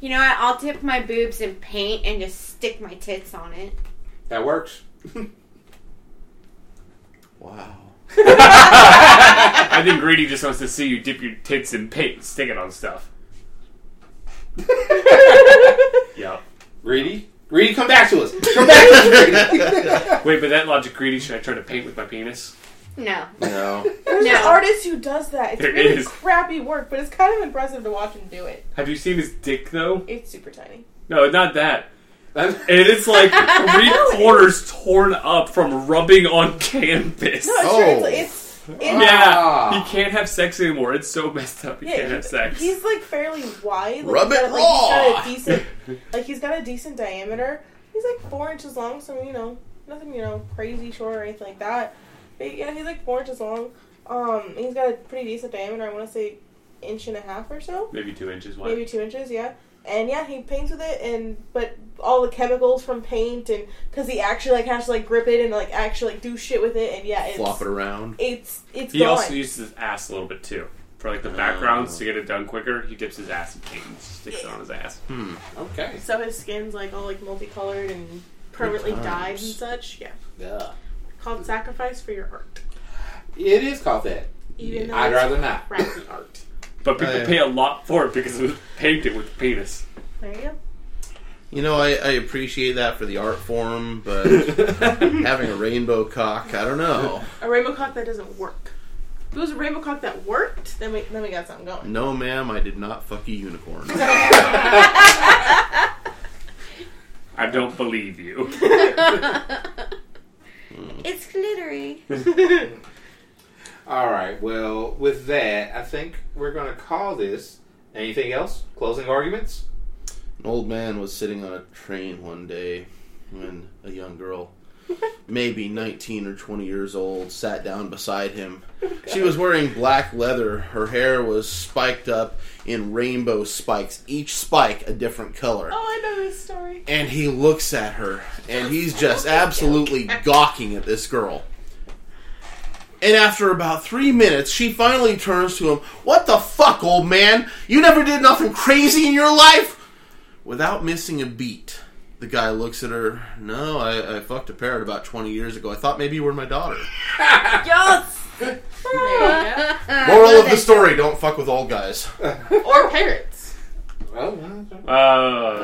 D: You know what? I'll dip my boobs in paint and just stick my tits on it.
F: That works.
G: Wow.
E: [LAUGHS] I think Greedy just wants to see you dip your tits in paint and stick it on stuff.
G: [LAUGHS]
E: yeah.
F: Greedy? Greedy, come back to us. Come back to us, Greedy.
E: Wait, but that logic, Greedy, should I try to paint with my penis?
D: No. [LAUGHS]
G: no.
C: There's an
D: No.
C: artist who does that. It's
E: There
C: really
E: is.
C: crappy work, but it's kind of impressive to watch him do it.
E: Have you seen his dick, though?
C: It's super tiny.
E: No, not that. And it's like [LAUGHS] three quarters torn up from rubbing on canvas.
C: No, sure,
G: Oh.
C: it's, it's, it's
E: Yeah,
F: Ah.
E: he can't have sex anymore. It's so messed up. He
C: yeah,
E: can't have
C: he-
E: sex.
C: He's like fairly wide. Like,
G: Rub
C: he's
G: it
C: got, like, he's got
G: raw.
C: a decent, like he's got a decent diameter. He's like four inches long, so you know, nothing you know crazy short or anything like that. But yeah, he's like four inches long. Um, he's got a pretty decent diameter. I want to say inch and a half or so.
E: Maybe two inches wide.
C: maybe two inches, yeah. And yeah, he paints with it, and but all the chemicals from paint, and because he actually like has to like grip it and like actually like do shit with it, and yeah, it's
G: Flop it around.
C: it's it's
E: He
C: gone.
E: also uses his ass a little bit too. For like the backgrounds to get it done quicker, he dips his ass in paint and sticks it on his ass.
F: okay.
C: so his skin's like all like multicolored and permanently
G: Good
C: dyed and
G: times.
C: such. Yeah,
F: Duh.
C: called sacrifice for your art,
F: It is called that.
C: even though
F: I'd
C: it's
F: rather not.
C: crappy art.
E: But people
G: yeah.
E: pay a lot for it because it was painted with penis.
C: There you go.
G: You know, I, I appreciate that for the art form, but having a rainbow cock, I don't know.
C: A rainbow cock that doesn't work. If it was a rainbow cock that worked, then we then we got something going.
G: No, ma'am, I did not fuck a unicorn.
E: I don't believe
C: [LAUGHS]
E: you.
F: Hmm.
D: It's glittery.
F: All right. Well, with that, I think we're going to call this. Anything else? Closing arguments?
G: An old man was sitting on a train one day when a young girl, maybe 19 or 20 years old, sat down beside him. She was wearing black leather. Her hair was spiked up in rainbow spikes, each spike a different color.
C: Oh, I know this story.
G: And he looks at her, and he's just absolutely gawking at this girl. And after about three minutes, she finally turns to him. What the fuck, old man? You never did nothing crazy in your life? Without missing a beat, the guy looks at her. No, I, I fucked a parrot about 20 years ago. I thought maybe you were my daughter.
C: Yes.
G: Moral of the story don't fuck with old guys.
C: [LAUGHS] or parrots.
F: Oh, well,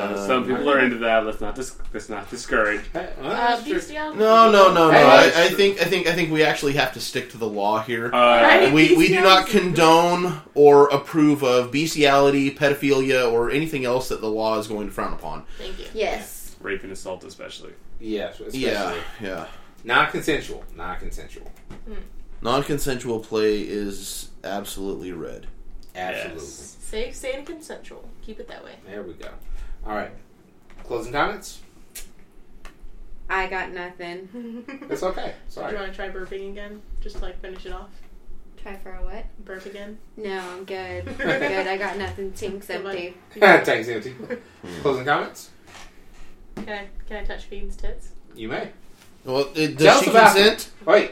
E: Uh, some people are into that. Let's not dis- let's not discourage.
F: that- well,
D: Uh,
F: that's true.
D: bestiality.
G: No, no, no, no.
F: Hey,
G: I, I
F: that's-
G: think I think I think we actually have to stick to the law here.
E: Uh,
G: we, we do not condone or approve of bestiality, pedophilia, or anything else that the law is going to frown upon.
C: Thank you.
D: Yes.
E: rape and assault, especially.
F: Yes, especially.
G: Yeah, yeah.
F: Non-consensual. Non-consensual.
G: Non consensual play is absolutely red.
F: Absolutely.
E: Yes.
C: Safe, sane, consensual. Keep it that [LAUGHS] way.
F: There we go. All right. Closing comments?
D: I got nothing.
F: That's okay.
C: Do you
F: Sorry.
C: want to try burping again? Just to, like finish it off.
D: Try for a what?
C: Burp again.
D: No, I'm good. I'm good. I got nothing. Tink's empty.
F: [LAUGHS] Thanks, empty. Closing comments?
C: Can I can I touch Fiend's tits?
F: You may.
G: Well, it,
F: Tell
G: does
F: us
G: she
F: about
G: consent?
F: Wait.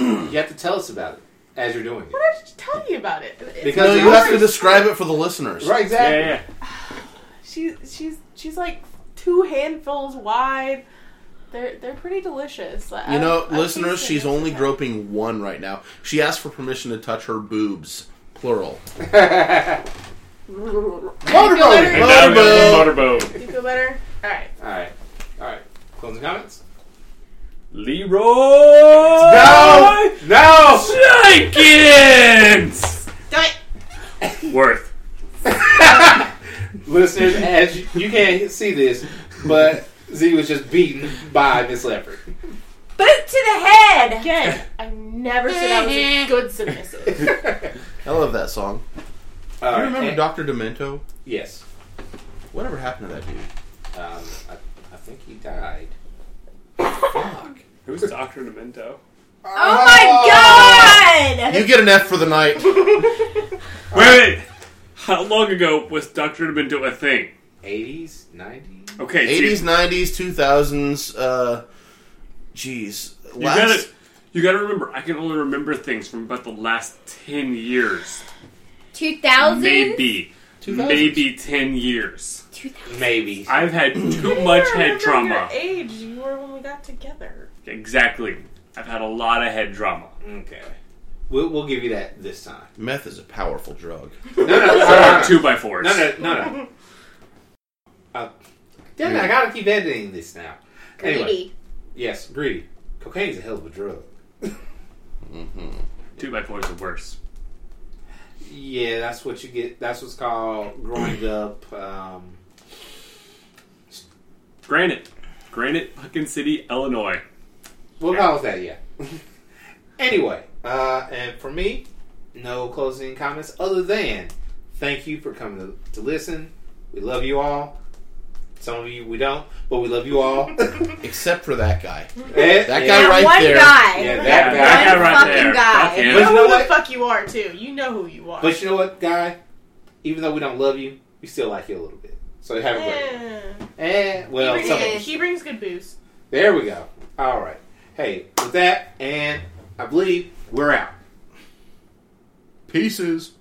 F: you have to tell us about it as you're doing it.
C: Why did she tell you about it? It's-
F: Because-
G: No, you have to describe it for the listeners.
F: Right,
E: Yeah,
F: exactly.
E: yeah, yeah.
C: she she's she's like two handfuls wide. They're they're pretty delicious. Like,
G: You
C: I-
G: know,
C: I think
G: listeners,
C: that
G: she's
C: that's
G: only
C: okay.
G: groping one right now. She asked for permission to touch her boobs, plural.
F: Motorboat!
E: And now we have the motorboat.
C: You feel better. All right.
F: All right. All right. Closing comments?
E: Leroy
F: No! No!
E: [LAUGHS] Jenkins.
C: Do it.
E: Worth.
F: [LAUGHS] Listeners, as you, you can't see this, but Z was just beaten by Miss Leopard. [LAUGHS]
D: Boot to the head.
C: Again, I never said I was [LAUGHS] a good submissive.
G: I love that song.
F: All
G: You
F: right,
G: remember
F: and-
G: Dr. Demento?
F: Yes.
G: Whatever happened to that dude?
F: Um, I, I think he died.
E: Who's Doctor Demento?
D: Oh my god!
G: You get an F for the
C: [LAUGHS]
G: night.
E: Wait, wait. How long ago was Doctor Demento a thing?
F: 80s, 90s?
E: Okay, so you-
G: eighties, nineties, two thousands. Uh, geez,
E: You gotta,
G: last
E: you gotta remember. I can only remember things from about the last ten years,
D: 2000?
E: maybe,
G: 2000s.
E: maybe ten years.
D: 2000.
F: Maybe.
E: I've had too
C: don't
E: much
C: even
E: head
C: remember
E: trauma.
C: Your age you were when we got together.
E: Exactly. I've had a lot of head trauma.
F: Okay. We'll, we'll give you that this [LAUGHS] time.
G: Meth is a powerful drug.
F: No, no, no,
E: Or
F: no,
E: two by fours.
F: no, no, no, no. Uh, damn it, I gotta keep editing this now. Anyway,
D: Greedy.
F: yes, greedy. Cocaine's a hell of a drug.
E: Two by fours are worse.
F: Yeah, that's what you get. That's what's called [CLEARS THROAT] growing up. Um,
E: Granite. Granite, fucking city, Illinois.
F: We'll call it that, yeah. [LAUGHS] anyway, uh, and for me, no closing comments other than thank you for coming to, to listen. We love you all. Some of you we don't, but we love you all. [LAUGHS] that
G: Except for that guy. That guy
F: guy
D: That
G: right
D: one
G: there.
D: guy.
F: Eh, Yeah, that
E: Yeah,
F: guy.
E: that guy right
D: Fucking
E: there.
D: guy.
E: Fuck
C: You
F: But
E: him.
C: know
F: you know
C: who the
F: what?
C: fuck you are too. You know who you are.
F: But you know what, guy? Even though we don't love you, we still like you a little bit. So have a great one.
C: Eh.
F: Eh,
C: he,
F: well,
C: brings,
F: some of
D: eh.
F: us.
C: he brings good booze.
F: There we go. All right. Hey, with that, and I believe we're out.
G: Pieces.